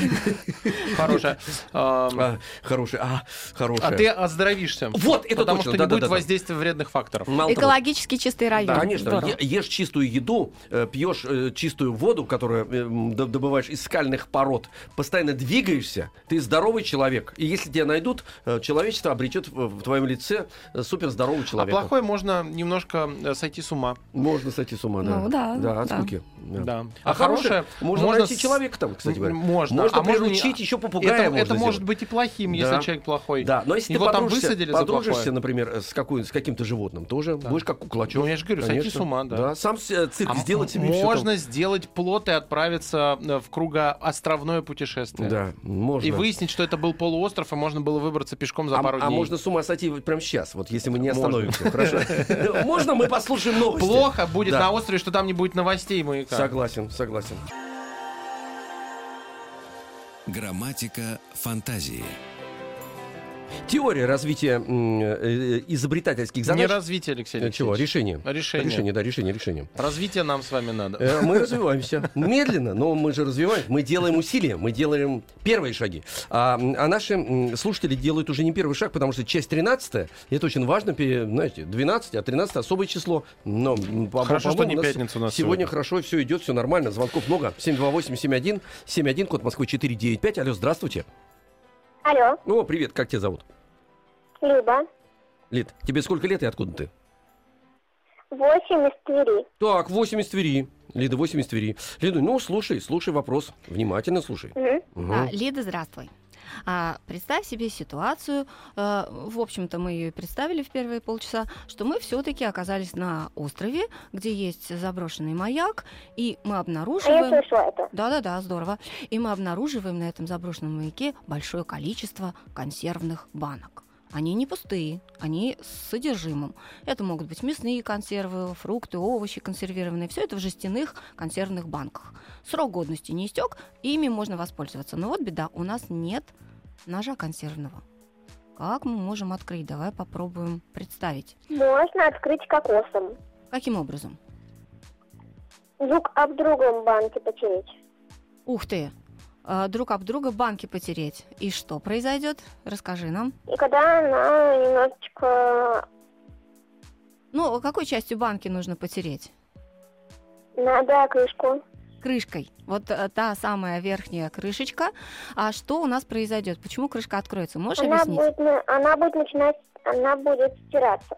Speaker 2: Хорошее. Эм,
Speaker 3: А, хороший, а, хороший.
Speaker 2: А ты оздоровишься.
Speaker 3: Вот, это
Speaker 2: Потому
Speaker 3: точно,
Speaker 2: что не
Speaker 3: да, да,
Speaker 2: будет
Speaker 3: да, да.
Speaker 2: воздействия вредных факторов. А
Speaker 3: Мало того,
Speaker 4: Экологически чистый район.
Speaker 2: Да,
Speaker 3: Конечно,
Speaker 4: Здорово.
Speaker 3: е- ешь чистую еду, э, пьешь э, чистую воду, которую э, м, д- добываешь из скальных пород, постоянно двигаешься, ты здоровый человек. И если тебя найдут, э, человечество обретет в, в твоем лице э, суперздорового
Speaker 2: А
Speaker 3: человека.
Speaker 2: плохое можно немножко э, сойти с ума.
Speaker 3: Можно сойти с ума, да.
Speaker 4: Ну да,
Speaker 3: Да, от
Speaker 4: да.
Speaker 3: скуки. Да.
Speaker 2: Да.
Speaker 3: А, хорошее, можно, найти
Speaker 2: с-
Speaker 3: человека там, кстати говоря.
Speaker 2: Можно.
Speaker 3: Можно
Speaker 2: А можно
Speaker 3: приручить,
Speaker 2: не-
Speaker 3: еще
Speaker 2: Это,
Speaker 3: попугая можно
Speaker 2: это может
Speaker 3: сделать.
Speaker 2: быть и плохим, если
Speaker 3: Да.
Speaker 2: человек плохой.
Speaker 3: Да, но если
Speaker 2: Его
Speaker 3: ты
Speaker 2: там
Speaker 3: подружишься,
Speaker 2: высадили за
Speaker 3: подружишься
Speaker 2: плохое.
Speaker 3: например, с, какой, с каким-то животным, тоже
Speaker 2: Да.
Speaker 3: будешь как куклачок.
Speaker 2: Ну, я же говорю, сойти с ума, да.
Speaker 3: Сам с- э, цирк
Speaker 2: А м-
Speaker 3: сделать себе и всё
Speaker 2: можно сделать плот и отправиться э, в кругоостровное путешествие.
Speaker 3: там. Да, можно.
Speaker 2: И выяснить, что это был полуостров, и можно было выбраться пешком за
Speaker 3: а,
Speaker 2: пару
Speaker 3: а
Speaker 2: дней.
Speaker 3: можно с ума сойти вот прямо сейчас, вот если мы не
Speaker 2: Можно.
Speaker 3: остановимся. Хорошо. Можно мы послушаем новости?
Speaker 2: Плохо будет
Speaker 3: Да.
Speaker 2: на острове, что там не будет новостей маяка.
Speaker 3: Согласен, согласен.
Speaker 1: Грамматика фантазии.
Speaker 3: Теория развития м, э, изобретательских
Speaker 2: Не
Speaker 3: задач.
Speaker 2: развитие, Алексей
Speaker 3: Э, Чего?
Speaker 2: Алексеевич.
Speaker 3: Решение.
Speaker 2: Решение.
Speaker 3: Решение, да, решение, решение.
Speaker 2: Развитие нам с вами надо.
Speaker 3: Э, Мы развиваемся. Медленно, но мы же развиваемся. Мы делаем усилия, мы делаем первые шаги. А, м, а наши м, слушатели делают уже не первый шаг, потому что часть 13 это очень важно, пере- знаете, 12, а 13 особое число. Но, м, по-
Speaker 2: Хорошо, что
Speaker 3: по-моему,
Speaker 2: не
Speaker 3: у нас
Speaker 2: пятница у нас
Speaker 3: Сегодня
Speaker 2: сегодня.
Speaker 3: хорошо, все идет, все нормально. Звонков много. 728-71, 71, код Москвы 495. Алло, здравствуйте.
Speaker 5: Алло,
Speaker 3: О, привет, как тебя зовут?
Speaker 5: Люба,
Speaker 3: Лид, тебе сколько лет и откуда ты?
Speaker 5: восемь из Твери.
Speaker 3: Так, 8 из Твери. Лида, 8 из Твери. Лида, ну, слушай, слушай вопрос. Внимательно слушай.
Speaker 5: Мгм.
Speaker 3: Мгм.
Speaker 2: Ну.
Speaker 4: А, Лида, здравствуй. А, представь себе ситуацию, э, в общем-то мы ее и представили в первые полчаса, что мы все-таки оказались на острове, где есть заброшенный маяк, и мы
Speaker 5: А я
Speaker 4: обнаруживаем...
Speaker 5: слышала это.
Speaker 4: Да-да-да, здорово. И мы обнаруживаем на этом заброшенном маяке большое количество консервных банок. Они не пустые, они с содержимым. Это могут быть мясные консервы, фрукты, овощи консервированные. Все это в жестяных консервных банках. Срок годности не истек, ими можно воспользоваться. Но вот беда, у нас нет ножа консервного. Как мы можем открыть? Давай попробуем представить.
Speaker 5: Можно открыть кокосом.
Speaker 4: Каким образом?
Speaker 5: Друг об другом банке потереть.
Speaker 4: Ух ты! А, Друг об друга банки потереть. И что произойдет? Расскажи нам.
Speaker 5: И когда она немножечко
Speaker 4: Ну, а какой частью банки нужно потереть?
Speaker 5: надо крышку.
Speaker 4: Крышкой. Вот э, та самая верхняя крышечка. А что у нас произойдет? Почему крышка откроется? Можешь
Speaker 5: Она
Speaker 4: объяснить?
Speaker 5: будет, на- она будет начинать, она будет стираться.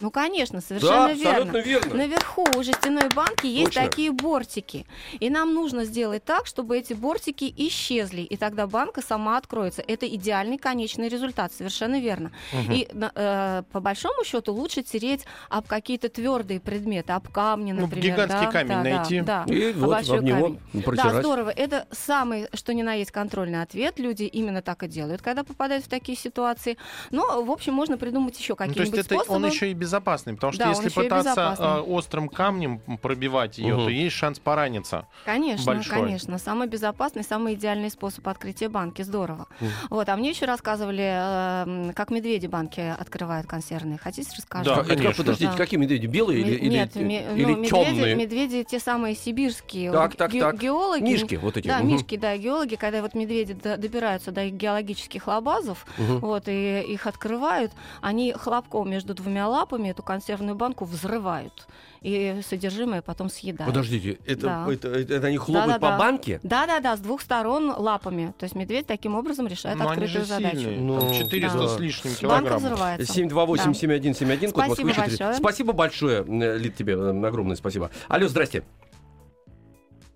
Speaker 4: Ну, конечно,
Speaker 3: Да,
Speaker 4: совершенно верно.
Speaker 3: абсолютно верно.
Speaker 4: Наверху у жестяной банки есть
Speaker 3: Точно.
Speaker 4: такие бортики. И нам нужно сделать так, чтобы эти бортики исчезли, и тогда банка сама откроется. Это идеальный конечный результат, совершенно верно.
Speaker 2: Мгм.
Speaker 4: И на- э, по большому счету лучше тереть об какие-то твердые предметы, об камни,
Speaker 2: Ну,
Speaker 4: например.
Speaker 2: гигантский
Speaker 4: да,
Speaker 2: камень
Speaker 4: да, да,
Speaker 2: найти.
Speaker 4: да.
Speaker 3: И вот
Speaker 4: большой
Speaker 3: об него
Speaker 4: камень.
Speaker 3: протирать.
Speaker 4: Да, здорово. Это самый, что ни на есть, контрольный ответ. Люди именно так и делают, когда попадают в такие ситуации. Но, в общем, можно придумать еще
Speaker 2: Ну, то
Speaker 4: какие-нибудь
Speaker 2: есть это
Speaker 4: способы.
Speaker 2: он еще и безопасный, потому что
Speaker 4: Да, он
Speaker 2: если
Speaker 4: еще и
Speaker 2: пытаться
Speaker 4: безопасный.
Speaker 2: э, острым камнем пробивать ее,
Speaker 3: Мгм.
Speaker 2: то есть шанс пораниться.
Speaker 4: Конечно,
Speaker 2: большой.
Speaker 4: конечно. Самый безопасный, самый идеальный способ открытия банки. Здорово.
Speaker 3: Мгм.
Speaker 4: Вот, а мне еще рассказывали, э, м, как медведи банки открывают консервные. Хотите, расскажу?
Speaker 2: Да,
Speaker 3: Как- это как,
Speaker 2: конечно.
Speaker 3: подождите,
Speaker 4: Да.
Speaker 3: какие медведи? Белые
Speaker 4: Ме-
Speaker 3: или, или,
Speaker 4: Нет, ме- ну,
Speaker 3: или
Speaker 4: медведи,
Speaker 3: темные?
Speaker 4: медведи те самые сибирские.
Speaker 3: Так,
Speaker 4: Вот
Speaker 3: так,
Speaker 4: ге-
Speaker 3: так.
Speaker 4: Геологи.
Speaker 3: Мишки вот эти.
Speaker 4: Да,
Speaker 3: Мгм.
Speaker 4: мишки, да, геологи, когда вот медведи до- добираются до геологических лабазов,
Speaker 3: Мгм.
Speaker 4: вот, и их открывают, они хлопком между двумя лапами эту консервную банку взрывают. И содержимое потом съедают.
Speaker 3: Подождите, это,
Speaker 4: Да.
Speaker 3: это- это- это они хлопают по
Speaker 4: Да-да-да.
Speaker 3: банке?
Speaker 4: Да-да-да, с двух сторон лапами. То есть медведь таким образом решает
Speaker 2: Но Ну, они
Speaker 4: открытую
Speaker 2: же
Speaker 4: задачу.
Speaker 2: сильные.
Speaker 3: Ну,
Speaker 2: там 400
Speaker 3: да.
Speaker 2: с лишним
Speaker 4: Банка
Speaker 2: килограммов.
Speaker 4: взрывается.
Speaker 3: 728-7171, код
Speaker 4: Спасибо
Speaker 3: Москвы 4.
Speaker 4: большое.
Speaker 3: Спасибо большое, э, Лид, тебе э, огромное спасибо. Алло, здрасте.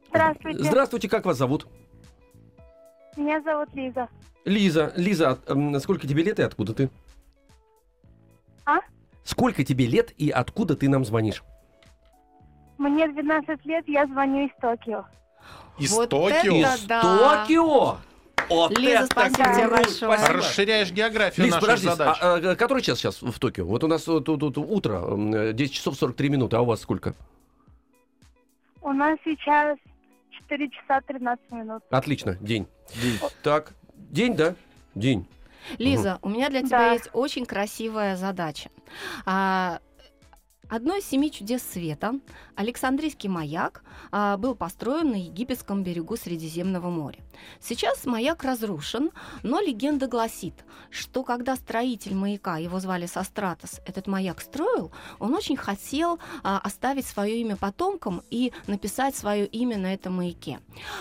Speaker 5: Здравствуйте,
Speaker 3: Здравствуйте, как вас зовут?
Speaker 5: меня зовут Лиза.
Speaker 3: Лиза. Лиза, а, м, сколько тебе лет и откуда ты?
Speaker 5: А?
Speaker 3: Сколько тебе лет и откуда ты нам звонишь?
Speaker 5: Мне 12 лет, я звоню из Токио.
Speaker 2: Из
Speaker 4: Вот
Speaker 2: Токио
Speaker 4: это
Speaker 3: Из
Speaker 4: да.
Speaker 3: Токио! Вот
Speaker 4: Лиза,
Speaker 3: это
Speaker 4: спасибо тебе
Speaker 3: круто!
Speaker 4: большое.
Speaker 3: Спасибо.
Speaker 2: расширяешь географию
Speaker 3: Лиз,
Speaker 2: наших
Speaker 3: подожди,
Speaker 2: задач.
Speaker 3: а, а, который час сейчас в Токио? Вот у нас э, тут, тут утро, м, э, 10 часов 43 минуты, а у вас сколько?
Speaker 5: У нас сейчас 4 часа 13 минут.
Speaker 3: Отлично, день. Так, день, да? День.
Speaker 4: Лиза, у меня для тебя
Speaker 5: Да.
Speaker 4: есть очень красивая задача. А, Одно из семи чудес света, Александрийский маяк, а, был построен на египетском берегу Средиземного моря. Сейчас маяк разрушен, но легенда гласит, что когда строитель маяка, его звали Состратос, этот маяк строил, он очень хотел а, оставить свое имя потомкам и написать свое имя на этом маяке.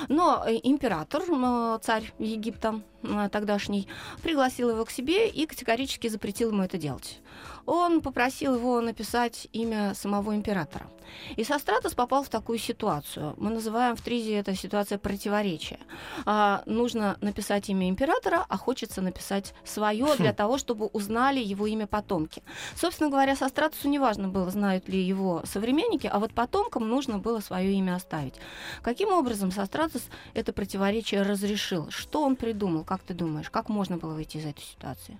Speaker 4: Но э, император, м, э, царь Египта м, тогдашний, пригласил его к себе и категорически запретил ему это делать. Он попросил его написать имя самого императора. И Состратос попал в такую ситуацию. Мы называем в Тризе это ситуация противоречия. А, нужно написать имя императора, а хочется написать свое для того, чтобы узнали его имя потомки. Собственно говоря, Состратусу не важно было, знают ли его современники, а вот потомкам нужно было свое имя оставить. Каким образом Состратус это противоречие разрешил? Что он придумал? Как ты думаешь, как можно было выйти из этой ситуации?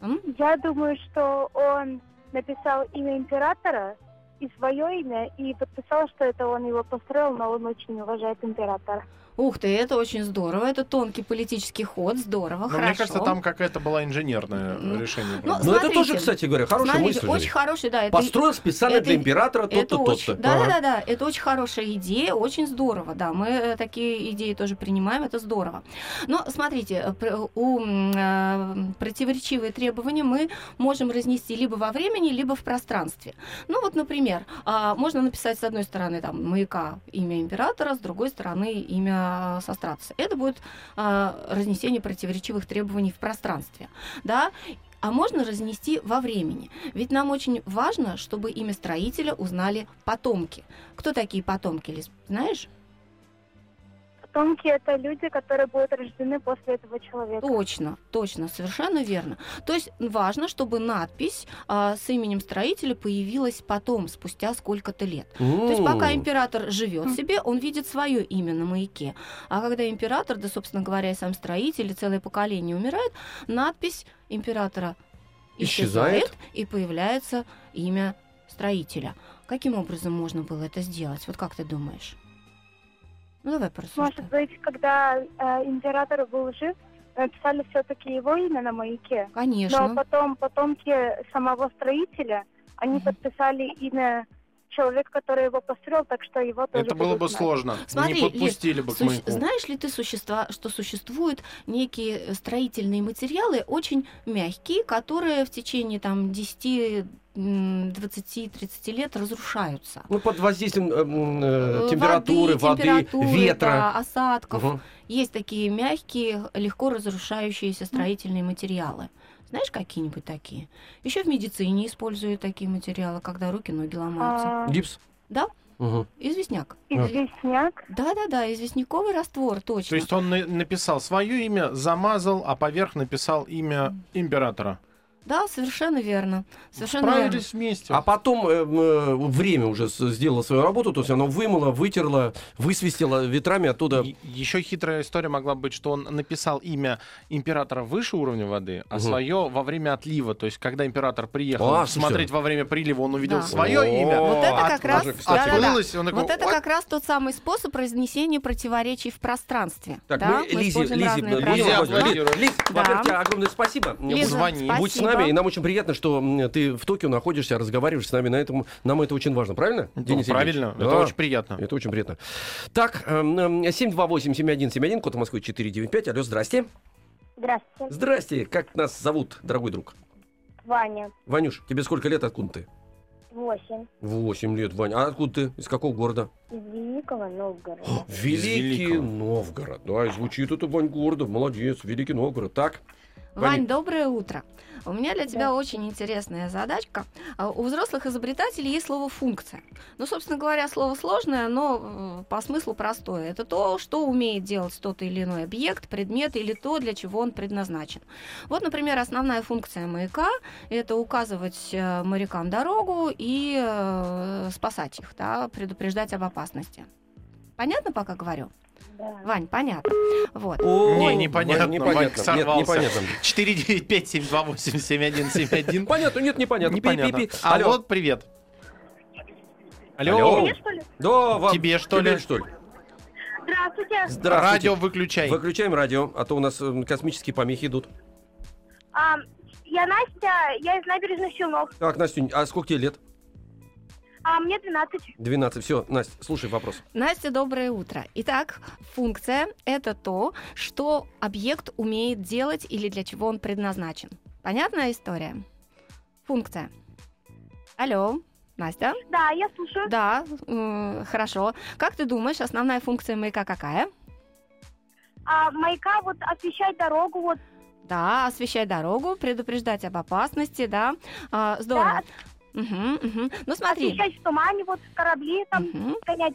Speaker 4: М?
Speaker 5: Я думаю, что он написал имя императора, и свое имя, и подписал, что это он его построил, но он очень уважает императора.
Speaker 4: Ух ты, это очень здорово, это тонкий политический ход, здорово,
Speaker 2: Но
Speaker 4: Ну, хорошо.
Speaker 2: Ну, мне кажется, там какая-то была инженерное э,
Speaker 4: Ну,
Speaker 2: решение.
Speaker 4: ну,
Speaker 2: правда.
Speaker 3: Но это
Speaker 4: смотрите.
Speaker 3: тоже, кстати говоря, хорошая
Speaker 4: Смотрите,
Speaker 3: мысль.
Speaker 4: очень
Speaker 3: Жень.
Speaker 4: хороший, да, это...
Speaker 3: Построил специально
Speaker 4: это-
Speaker 3: для императора
Speaker 4: это
Speaker 3: тот-то,
Speaker 4: очень,
Speaker 3: а тот-то.
Speaker 4: да,
Speaker 3: Ага.
Speaker 4: да, да, да, это очень хорошая идея, очень здорово, да, мы э, такие идеи тоже принимаем, это здорово. Но смотрите, э, пр- у м, э, противоречивые требования мы можем разнести либо во времени, либо в пространстве. Ну вот, например, а, можно написать с одной стороны там маяка имя императора, с другой стороны имя Состраца. Это будет а, разнесение противоречивых требований в пространстве, да. А можно разнести во времени. Ведь нам очень важно, чтобы имя строителя узнали потомки. Кто такие потомки, Лиз, знаешь?
Speaker 5: Потомки это люди, которые будут рождены после этого человека.
Speaker 4: Точно, точно, совершенно верно. То есть важно, чтобы надпись а, с именем строителя появилась потом, спустя сколько-то лет. То есть пока
Speaker 3: М.
Speaker 4: император живет себе, он видит свое имя на маяке. А когда император, да, собственно говоря, и сам строитель, и целое поколение умирает, надпись императора
Speaker 3: Исчезает.
Speaker 4: исчезает, и появляется имя строителя. Каким образом можно было это сделать? Вот как ты думаешь? Ну давай
Speaker 5: Может
Speaker 4: порассуждаем.
Speaker 5: быть, когда э, император был жив, написали все-таки его имя на маяке. Но
Speaker 4: Конечно.
Speaker 5: потом потомки самого строителя, они
Speaker 4: Мгм.
Speaker 5: подписали имя человека, который его построил, так что его тоже
Speaker 2: Это было
Speaker 5: будут
Speaker 2: бы
Speaker 5: знать.
Speaker 2: сложно.
Speaker 4: Смотри,
Speaker 2: Не подпустили бы к
Speaker 4: Суще-
Speaker 2: маяку.
Speaker 4: Знаешь ли ты, существа, что существуют некие э, строительные материалы, очень мягкие, которые в течение там, 10, м, 20, 30 лет разрушаются?
Speaker 3: Ну, под воздействием эм, э,
Speaker 4: Э,
Speaker 3: температуры, воды,
Speaker 4: температуры,
Speaker 3: ветра.
Speaker 4: да, осадков.
Speaker 3: Мгм.
Speaker 4: Есть такие мягкие, легко разрушающиеся строительные материалы. Знаешь, какие-нибудь такие? Еще в медицине используют такие материалы, когда руки, ноги ломаются.
Speaker 5: А,
Speaker 3: Гипс.
Speaker 4: Да?
Speaker 3: Мгм.
Speaker 4: Известняк.
Speaker 5: известняк.
Speaker 4: Да-да-да, известняковый раствор, точно.
Speaker 2: То есть он на- написал свое имя, замазал, а поверх написал имя императора.
Speaker 4: Да, совершенно верно. Совершенно верно.
Speaker 2: Справились вместе.
Speaker 3: А потом э, м, э, время уже с- сделало свою работу, то есть оно вымыло, вытерло, высвистело ветрами оттуда.
Speaker 2: Еще хитрая история могла быть, что он написал имя императора выше уровня воды, а
Speaker 3: Мгм.
Speaker 2: свое во время отлива. То есть, когда император приехал
Speaker 3: А, слушай.
Speaker 2: смотреть во время прилива, он увидел
Speaker 4: Да.
Speaker 2: свое
Speaker 3: О,
Speaker 2: имя.
Speaker 4: Вот это
Speaker 2: от-
Speaker 4: как раз-
Speaker 2: от-
Speaker 4: да-да-да.
Speaker 2: отплылось, и он такой,
Speaker 4: Вот это
Speaker 2: «Ой,
Speaker 4: как раз тот самый способ разнесения противоречий в пространстве.
Speaker 3: Так,
Speaker 4: да?
Speaker 3: мы Лизе,
Speaker 4: используем
Speaker 3: Лизе,
Speaker 4: разные
Speaker 3: Лизе,
Speaker 2: Лиза,
Speaker 4: правила.
Speaker 3: Лизе,
Speaker 2: да?
Speaker 3: Лиз, Лиз,
Speaker 4: Да.
Speaker 3: во-первых, тебе огромное спасибо.
Speaker 4: Лиза,
Speaker 2: звони.
Speaker 4: спасибо.
Speaker 3: Будь с нами, и нам очень приятно, что м, ты в Токио находишься, разговариваешь с нами на этом. Нам это очень важно, правильно?
Speaker 2: Ну,
Speaker 3: Денис Евгеньевич?
Speaker 2: правильно, это
Speaker 3: Да.
Speaker 2: очень приятно.
Speaker 3: Это очень приятно. Так, эм, эм, 728-7171, код Москвы 495. Алло, здрасте.
Speaker 5: Здравствуйте,
Speaker 3: Здрасте, как нас зовут, дорогой друг?
Speaker 5: Ваня,
Speaker 3: Ванюш, тебе сколько лет, откуда ты?
Speaker 5: 8,
Speaker 3: Восемь лет, Ваня. А откуда ты? Из какого города?
Speaker 5: из Великого Новгорода.
Speaker 3: Великий
Speaker 2: Великого.
Speaker 3: Новгород. Да, и звучит это Вань Гордов. Молодец, Великий Новгород. Так, Ваня.
Speaker 4: Вань, доброе утро. У меня для тебя
Speaker 5: Да.
Speaker 4: очень интересная задачка. А, У взрослых изобретателей есть слово функция. Ну, собственно говоря, слово сложное, но э, по смыслу простое. Это то, что умеет делать тот или иной объект, предмет или то, для чего он предназначен. Вот, например, основная функция маяка – это указывать э, морякам дорогу и э, спасать их, да, предупреждать об опасности. Понятно, пока говорю?
Speaker 5: Да.
Speaker 4: Вань, понятно. Вот.
Speaker 3: О,
Speaker 2: Не,
Speaker 3: Вань,
Speaker 2: непонятно, Ванька
Speaker 3: непонятно. Нет,
Speaker 2: сорвался.
Speaker 3: непонятно.
Speaker 2: 495-728-7171.
Speaker 3: Понятно, нет, непонятно.
Speaker 2: Непонятно.
Speaker 3: Пи-пи-пи.
Speaker 2: А
Speaker 3: Алло.
Speaker 2: вот привет.
Speaker 3: Алло.
Speaker 2: Алло.
Speaker 5: Мне, что ли?
Speaker 3: Да, вам-
Speaker 2: тебе, что ли?
Speaker 3: что ли?
Speaker 5: Здравствуйте.
Speaker 3: Здравствуйте.
Speaker 2: Радио выключай.
Speaker 3: Выключаем радио, а то у нас эм, космические помехи идут.
Speaker 5: А, я Настя, я из набережных Челнов.
Speaker 3: Так, Настюнь, а сколько тебе лет?
Speaker 5: А мне 12.
Speaker 3: 12. Все, Настя, слушай вопрос.
Speaker 4: Настя, доброе утро. Итак, функция — это то, что объект умеет делать или для чего он предназначен. Понятная история? Функция. Алло, Настя?
Speaker 5: Да, я слушаю.
Speaker 4: Да, м, хорошо. Как ты думаешь, основная функция маяка какая?
Speaker 5: А маяка вот освещать дорогу, вот
Speaker 4: Да, освещать дорогу, предупреждать об опасности, да. А, здорово. Мгм, мгм. Ну смотри.
Speaker 5: освещать в тумане, вот корабли там
Speaker 4: Мгм.
Speaker 5: гонять.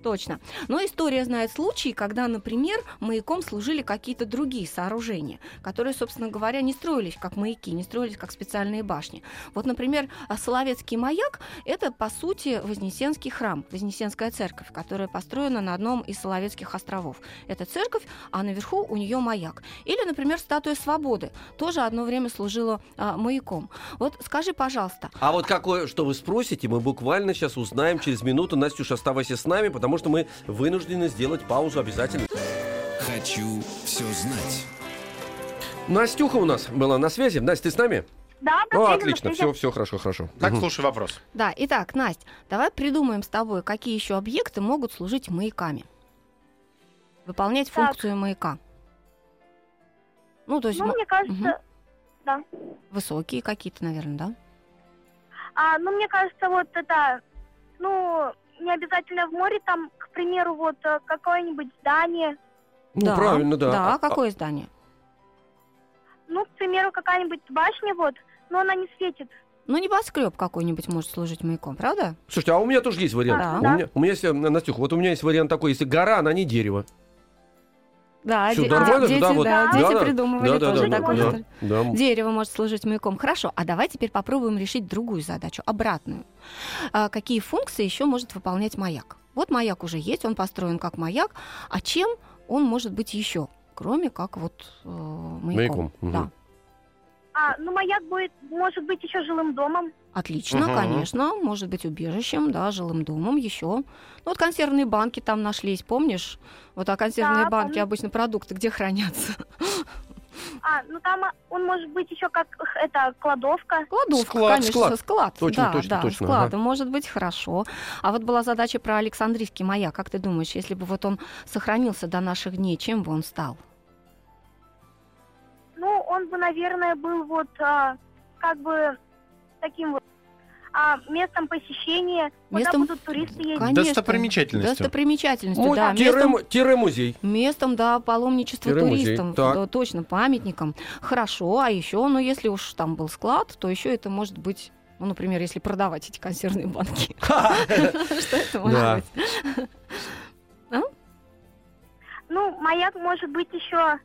Speaker 4: Точно. Но история знает случаи, когда, например, маяком служили какие-то другие сооружения, которые, собственно говоря, не строились как маяки, не строились как специальные башни. Вот, например, а Соловецкий маяк – это, по сути, Вознесенский храм, Вознесенская церковь, которая построена на одном из Соловецких островов. Это церковь, а наверху у нее маяк. Или, например, статуя Свободы тоже одно время служила а, маяком. Вот скажи, пожалуйста,
Speaker 3: А вот какое, что вы спросите, мы буквально сейчас узнаем через минуту. Настюш, оставайся с нами, потому что мы вынуждены сделать паузу обязательно.
Speaker 1: Хочу все знать.
Speaker 3: Настюха у нас была на связи. Настя, ты с нами?
Speaker 5: Да,
Speaker 4: Ну,
Speaker 3: О,
Speaker 5: да,
Speaker 3: отлично, все, все хорошо, хорошо.
Speaker 2: Так,
Speaker 3: Мгм.
Speaker 2: слушай вопрос.
Speaker 4: да, итак, Настя, давай придумаем с тобой, какие еще объекты могут служить маяками. Выполнять
Speaker 5: Так.
Speaker 4: функцию маяка. Ну, то есть
Speaker 5: Ну,
Speaker 4: м-
Speaker 5: мне кажется, да.
Speaker 4: высокие какие-то, наверное, да?
Speaker 5: А, ну, мне кажется, вот это, ну, не обязательно в море, там, к примеру, вот э, какое-нибудь здание,
Speaker 3: Ну,
Speaker 4: да.
Speaker 3: правильно, да.
Speaker 4: Да,
Speaker 3: А-
Speaker 4: какое здание?
Speaker 5: ну, к примеру, какая-нибудь башня, вот, но она не светит.
Speaker 4: Ну, небоскреб какой-нибудь может служить маяком, правда?
Speaker 3: Слушайте, а у меня тоже есть вариант.
Speaker 4: Да.
Speaker 3: У, меня, у меня есть, э, Настюха, вот у меня есть вариант такой, если гора, она не дерево.
Speaker 4: Да,
Speaker 3: Всё
Speaker 4: де-
Speaker 3: нормально?
Speaker 4: дети,
Speaker 3: Да, вот,
Speaker 5: да,
Speaker 4: А дети
Speaker 3: да,
Speaker 4: придумывали тоже
Speaker 5: да,
Speaker 4: такую
Speaker 5: да.
Speaker 4: историю.
Speaker 3: да. да.
Speaker 4: Дерево может служить маяком. Хорошо, а давай теперь попробуем решить другую задачу, обратную. А, какие функции еще может выполнять маяк? Вот маяк уже есть, он построен как маяк, а чем он может быть еще, кроме как вот э, маяком?
Speaker 3: Маяком, мгм.
Speaker 4: Да.
Speaker 5: А, ну, маяк будет, может быть, еще жилым домом.
Speaker 4: Отлично,
Speaker 2: Мгм.
Speaker 4: конечно, может быть убежищем, да, жилым домом еще. Ну вот консервные банки там нашлись, помнишь? Вот а консервные
Speaker 5: Да,
Speaker 4: банки
Speaker 5: помню.
Speaker 4: обычно продукты где хранятся?
Speaker 5: А, ну, там а, он может быть еще как, эх, это, кладовка.
Speaker 4: Кладовка,
Speaker 3: Склад,
Speaker 4: конечно,
Speaker 3: склад.
Speaker 4: склад.
Speaker 3: Точно,
Speaker 4: да,
Speaker 3: точно,
Speaker 4: да,
Speaker 3: точно,
Speaker 4: склад, может быть, хорошо. А вот была задача про Александрийский маяк. Как ты думаешь, если бы вот он сохранился до наших дней, чем бы он стал?
Speaker 5: Ну, он бы, наверное, был вот, а, как бы, таким вот а, местом посещения.
Speaker 4: Местом-
Speaker 5: Куда будут туристы ездить.
Speaker 4: Конечно.
Speaker 2: Достопримечательностью.
Speaker 4: Достопримечательностью,
Speaker 3: Мо-
Speaker 4: да.
Speaker 3: тире,
Speaker 4: Местом,
Speaker 3: му- а, тире музей.
Speaker 4: местом, да, паломничества
Speaker 3: Тире музей,
Speaker 4: туристам.
Speaker 3: так.
Speaker 4: Да, точно, памятником. Хорошо, а еще, ну, если уж там был склад, то еще это может быть... Ну, например, если продавать эти консервные банки. Что это
Speaker 3: Да.
Speaker 4: может быть?
Speaker 5: Ну, маяк может быть еще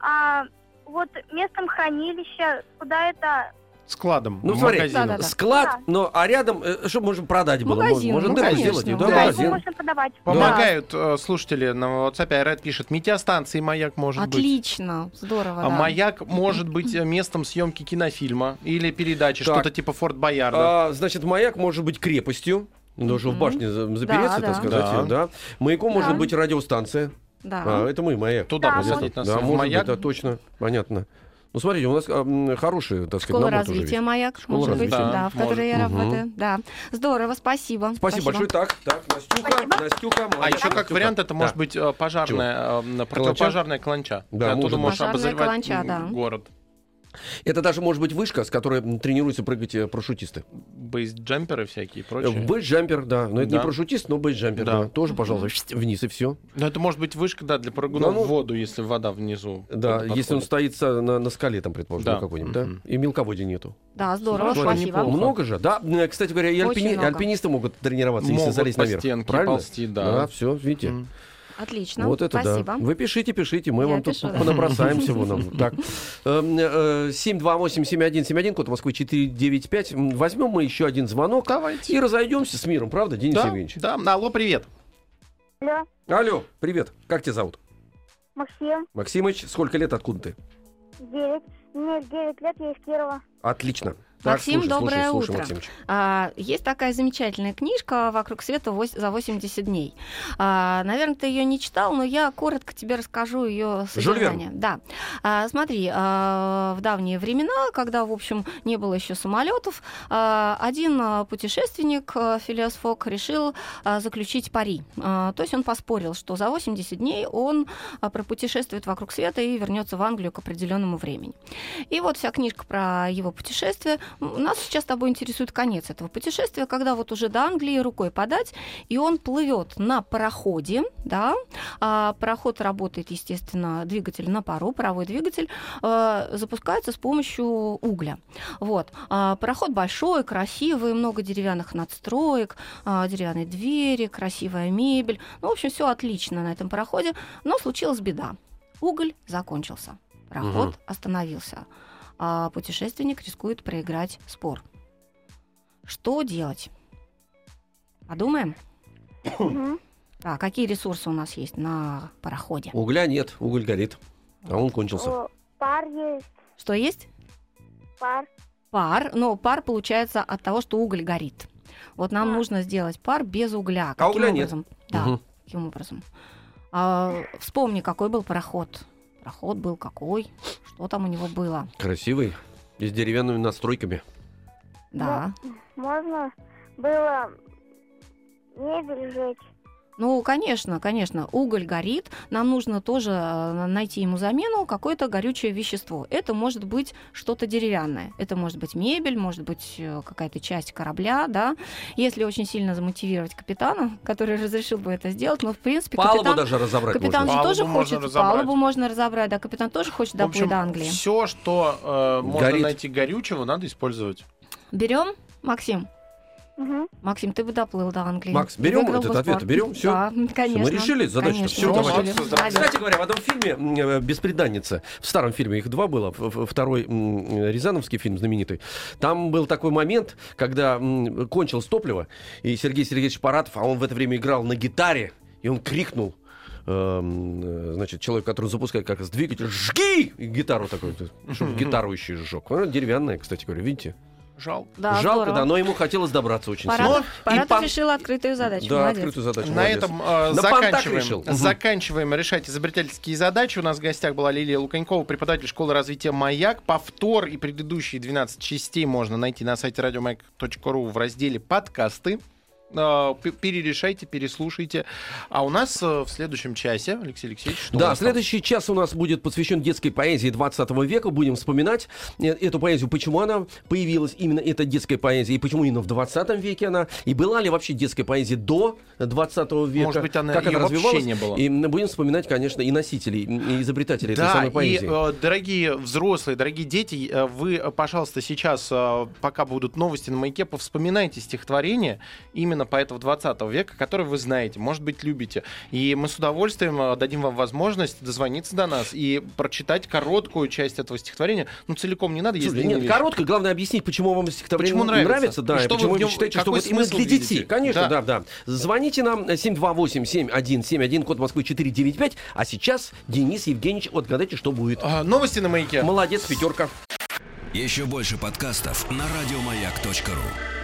Speaker 5: а, вот местом хранилища, куда это...
Speaker 2: Складом
Speaker 3: Ну,
Speaker 2: в
Speaker 3: смотри.
Speaker 2: магазинах.
Speaker 4: Да-да-да.
Speaker 3: Склад,
Speaker 5: Да.
Speaker 3: но а рядом, чтобы можно продать было.
Speaker 4: Магазин,
Speaker 3: можно
Speaker 4: ну,
Speaker 3: дырку
Speaker 4: конечно,
Speaker 3: сделать. и
Speaker 4: ну,
Speaker 3: да,
Speaker 4: да.
Speaker 5: Маяку
Speaker 3: магазин.
Speaker 5: можно продавать.
Speaker 2: Помогают э, слушатели на WhatsApp и Айрат пишет, метеостанции маяк может быть.
Speaker 4: Отлично, здорово,
Speaker 2: А
Speaker 4: да.
Speaker 2: Маяк может быть э, местом съемки кинофильма или передачи,
Speaker 3: Так.
Speaker 2: что-то типа Форт Боярда.
Speaker 3: А, значит, маяк может быть крепостью. Ну, Нужно в
Speaker 4: Мгм.
Speaker 3: башне за- запереться, так
Speaker 4: Да, да.
Speaker 3: сказать. Да.
Speaker 2: Да.
Speaker 3: Маяком
Speaker 4: Да.
Speaker 3: может быть радиостанция.
Speaker 4: Да.
Speaker 3: А, это мы, маяк.
Speaker 2: Туда
Speaker 5: Да,
Speaker 2: посадить нас
Speaker 3: да,
Speaker 2: в
Speaker 3: может
Speaker 2: маяк.
Speaker 3: быть, да, точно. Понятно. Ну, смотрите, у нас а, м, хорошие, так сказать,
Speaker 4: Школа
Speaker 3: набор тоже
Speaker 4: развития
Speaker 3: есть.
Speaker 4: маяк,
Speaker 3: Школа
Speaker 4: может
Speaker 2: развития.
Speaker 4: быть, да,
Speaker 2: Да,
Speaker 4: в которой я
Speaker 3: может.
Speaker 4: работаю. Да. Здорово, спасибо.
Speaker 3: Спасибо, большое. Так, так, Настюха,
Speaker 5: Спасибо.
Speaker 3: Настюха,
Speaker 2: А
Speaker 3: молодец,
Speaker 2: еще как
Speaker 3: Настюха.
Speaker 2: вариант это может
Speaker 3: Да.
Speaker 2: быть э, пожарная, э, м, противопожарная кланча.
Speaker 3: Да,
Speaker 2: Ты
Speaker 3: может
Speaker 2: оттуда
Speaker 3: быть.
Speaker 2: можешь
Speaker 4: Пожарная
Speaker 2: обозревать
Speaker 4: каланча,
Speaker 2: м,
Speaker 4: да.
Speaker 2: город.
Speaker 3: Это даже может быть вышка, с которой м, тренируются прыгать э, парашютисты. Э,
Speaker 2: Бейсджамперы всякие и прочее.
Speaker 3: Бейджампер, да. Но это не
Speaker 2: Да.
Speaker 3: парашютист, но бейджампер.
Speaker 2: Да.
Speaker 3: Да. Тоже, пожалуйста, вниз и все.
Speaker 2: Но Ну, это может быть вышка, да, для прыгуна
Speaker 3: Ну, ну,
Speaker 2: в воду, если вода внизу.
Speaker 3: Да,
Speaker 2: под-
Speaker 3: если он
Speaker 2: подходит.
Speaker 3: стоит со- на, на скале, там, предположим,
Speaker 2: Да.
Speaker 3: на какой-нибудь, да?
Speaker 2: Мгм.
Speaker 3: И мелководья нету.
Speaker 4: Да, здорово,
Speaker 2: Здорово,
Speaker 3: Смотри,
Speaker 2: неплохо.
Speaker 4: спасибо.
Speaker 3: Много же, да? М, Кстати говоря, и
Speaker 4: Очень
Speaker 3: альпини-
Speaker 4: много.
Speaker 3: альпинисты могут тренироваться, если
Speaker 2: Могут
Speaker 3: залезть
Speaker 2: по
Speaker 3: наверх.
Speaker 2: стенке ползти, да.
Speaker 3: все, видите.
Speaker 2: М.
Speaker 4: Отлично.
Speaker 3: Вот это
Speaker 4: спасибо.
Speaker 3: да. Вы пишите, пишите, мы
Speaker 4: Я
Speaker 3: вам
Speaker 4: пишу,
Speaker 3: тут
Speaker 4: да.
Speaker 3: понабросаем всего нам. Так. Эм, э, 728-7171, код Москвы 495. М, Возьмем мы еще один звонок а, и разойдемся с миром, правда, Денис
Speaker 2: Да,
Speaker 3: Евгеньевич?
Speaker 2: да, алло, привет.
Speaker 5: Алло,
Speaker 3: Алло, привет. Как тебя зовут?
Speaker 5: Максим,
Speaker 3: Максимыч, сколько лет, откуда ты?
Speaker 5: 9. Мне 9 лет, я из Кирова.
Speaker 3: Отлично.
Speaker 4: Максим, доброе утро.
Speaker 3: Максимыч.
Speaker 4: А, есть такая замечательная книжка «Вокруг света вось- за 80 дней». наверное, ты ее не читал, но я коротко тебе расскажу ее
Speaker 3: Жюль Верн.
Speaker 4: содержание. Да. А, смотри, а, в давние времена, когда, в общем, не было еще самолетов, а, один а, путешественник, а, Филиас Фок, решил а, заключить пари. А, то есть он поспорил, что за 80 дней он а, пропутешествует вокруг света и вернется в Англию к определенному времени. И вот вся книжка про его путешествие М, Нас сейчас с тобой интересует конец этого путешествия, когда вот уже до Англии рукой подать, и он плывет на пароходе, да, а пароход работает, естественно, двигатель на пару, паровой двигатель, э, запускается с помощью угля. Вот. А пароход большой, красивый, много деревянных надстроек, а, деревянные двери, красивая мебель. Ну, в общем, все отлично на этом пароходе, но случилась беда. Уголь закончился, пароход
Speaker 3: Мгм.
Speaker 4: остановился, а путешественник рискует проиграть спор. Что делать? Подумаем.
Speaker 5: Мгм.
Speaker 4: Так, А какие ресурсы у нас есть на пароходе?
Speaker 3: Угля нет, уголь горит. А он кончился.
Speaker 5: О, Пар есть,
Speaker 4: Что есть?
Speaker 5: пар.
Speaker 4: Пар, но пар получается от того, что уголь горит. Вот нам
Speaker 5: А.
Speaker 4: нужно сделать пар без угля. Каким
Speaker 3: угля нет.
Speaker 4: образом? Да,
Speaker 3: Мгм.
Speaker 4: каким образом? А, вспомни, какой был пароход. Пароход был какой? Что там у него было?
Speaker 3: Красивый. И с деревянными настройками.
Speaker 4: Да.
Speaker 5: Можно было мебель жечь.
Speaker 4: Ну, конечно, конечно, уголь горит. Нам нужно тоже э, найти ему замену, какое-то горючее вещество. Это может быть что-то деревянное. Это может быть мебель, может быть э, какая-то часть корабля, да. Если очень сильно замотивировать капитана, который разрешил бы это сделать, но в принципе
Speaker 3: Палубу
Speaker 4: капитан,
Speaker 3: даже разобрать
Speaker 4: капитан
Speaker 3: можно.
Speaker 4: же
Speaker 2: Палубу
Speaker 4: тоже
Speaker 2: можно
Speaker 4: хочет,
Speaker 2: разобрать.
Speaker 4: палубу можно разобрать, да, капитан тоже хочет
Speaker 2: В
Speaker 4: доплыть
Speaker 2: общем,
Speaker 4: до Англии.
Speaker 2: все, что э, можно
Speaker 3: Горит.
Speaker 2: найти горючего, надо использовать.
Speaker 4: Берем, Максим.
Speaker 5: Мгм.
Speaker 4: Максим, ты бы доплыл до Англии.
Speaker 3: Макс, берем
Speaker 4: Выиграл
Speaker 3: этот
Speaker 4: бы
Speaker 3: ответ,
Speaker 4: спор.
Speaker 3: берем, всё.
Speaker 4: Да, конечно.
Speaker 3: решили задачу-то,
Speaker 4: Конечно,
Speaker 3: всё,
Speaker 2: давайте.
Speaker 4: решили.
Speaker 2: Макс, поздравляю.
Speaker 4: Молодец.
Speaker 3: Кстати говоря, в одном фильме м, э, «Беспреданница», в старом фильме, их два было, в- в- второй м, э, рязановский фильм знаменитый, там был такой момент, когда м, кончилось топливо, и Сергей Сергеевич Паратов, а он в это время играл на гитаре, и он крикнул, эм, э, значит, человек, который запускает как раз двигатель, «Жги!» И гитару такой, чтобы гитару еще и сжег. Она деревянная, кстати говоря, видите?
Speaker 2: Жалко.
Speaker 4: Да,
Speaker 3: Жалко,
Speaker 4: здорово.
Speaker 3: да, но ему хотелось добраться очень сильно.
Speaker 4: Паратов,
Speaker 3: И
Speaker 4: Паратов
Speaker 3: пан-
Speaker 4: решил открытую задачу.
Speaker 3: Да,
Speaker 4: Молодец.
Speaker 3: открытую задачу.
Speaker 2: На
Speaker 3: молодец.
Speaker 2: этом э,
Speaker 3: На понтах решил.
Speaker 2: заканчиваем.
Speaker 3: Мгм.
Speaker 2: Заканчиваем решать изобретательские задачи. У нас в гостях была Лилия Луканькова, преподаватель школы развития «Маяк». Повтор и предыдущие 12 частей можно найти на сайте радиомаяк.ру в разделе «Подкасты». Э, п- Перерешайте, переслушайте. А у нас э, в следующем часе, Алексей Алексеевич, что у
Speaker 3: Да,
Speaker 2: нас там?
Speaker 3: следующий час у нас будет посвящен детской поэзии 20 века. Будем вспоминать э, эту поэзию, почему она появилась, именно эта детская поэзия, и почему именно в 20 веке она, и была ли вообще детская поэзия до 20 века,
Speaker 2: Может быть, она
Speaker 3: как
Speaker 2: её
Speaker 3: она
Speaker 2: вообще
Speaker 3: развивалась.
Speaker 2: не было.
Speaker 3: И м, будем вспоминать, конечно, и носителей, и изобретателей этой
Speaker 2: Да,
Speaker 3: самой
Speaker 2: и,
Speaker 3: поэзии.
Speaker 2: э, дорогие взрослые, дорогие дети, э, вы, э, пожалуйста, сейчас, э, пока будут новости на маяке, повспоминайте стихотворение именно поэтов 20 века, которое вы знаете, может быть, любите. И мы с удовольствием э, дадим вам возможность дозвониться до нас и прочитать короткую часть этого стихотворения. Ну, целиком не надо, есть
Speaker 3: Слушай,
Speaker 2: длинные
Speaker 3: нет,
Speaker 2: вещи.
Speaker 3: коротко, главное объяснить, почему вам стихотворение
Speaker 2: Почему нравится.
Speaker 3: да,
Speaker 2: И
Speaker 3: и
Speaker 2: что вы
Speaker 3: почему
Speaker 2: в
Speaker 3: вы
Speaker 2: нем-
Speaker 3: считаете, что
Speaker 2: какой
Speaker 3: вот именно
Speaker 2: смысл
Speaker 3: для
Speaker 2: видите?
Speaker 3: детей. Конечно, да.
Speaker 2: Да.
Speaker 3: да, Звоните нам э, 728-7171, код Москвы 495, а сейчас Денис Евгеньевич, отгадайте, что будет.
Speaker 2: А, Новости на маяке.
Speaker 3: Молодец, пятерка.
Speaker 1: Еще больше подкастов на радиомаяк.ру.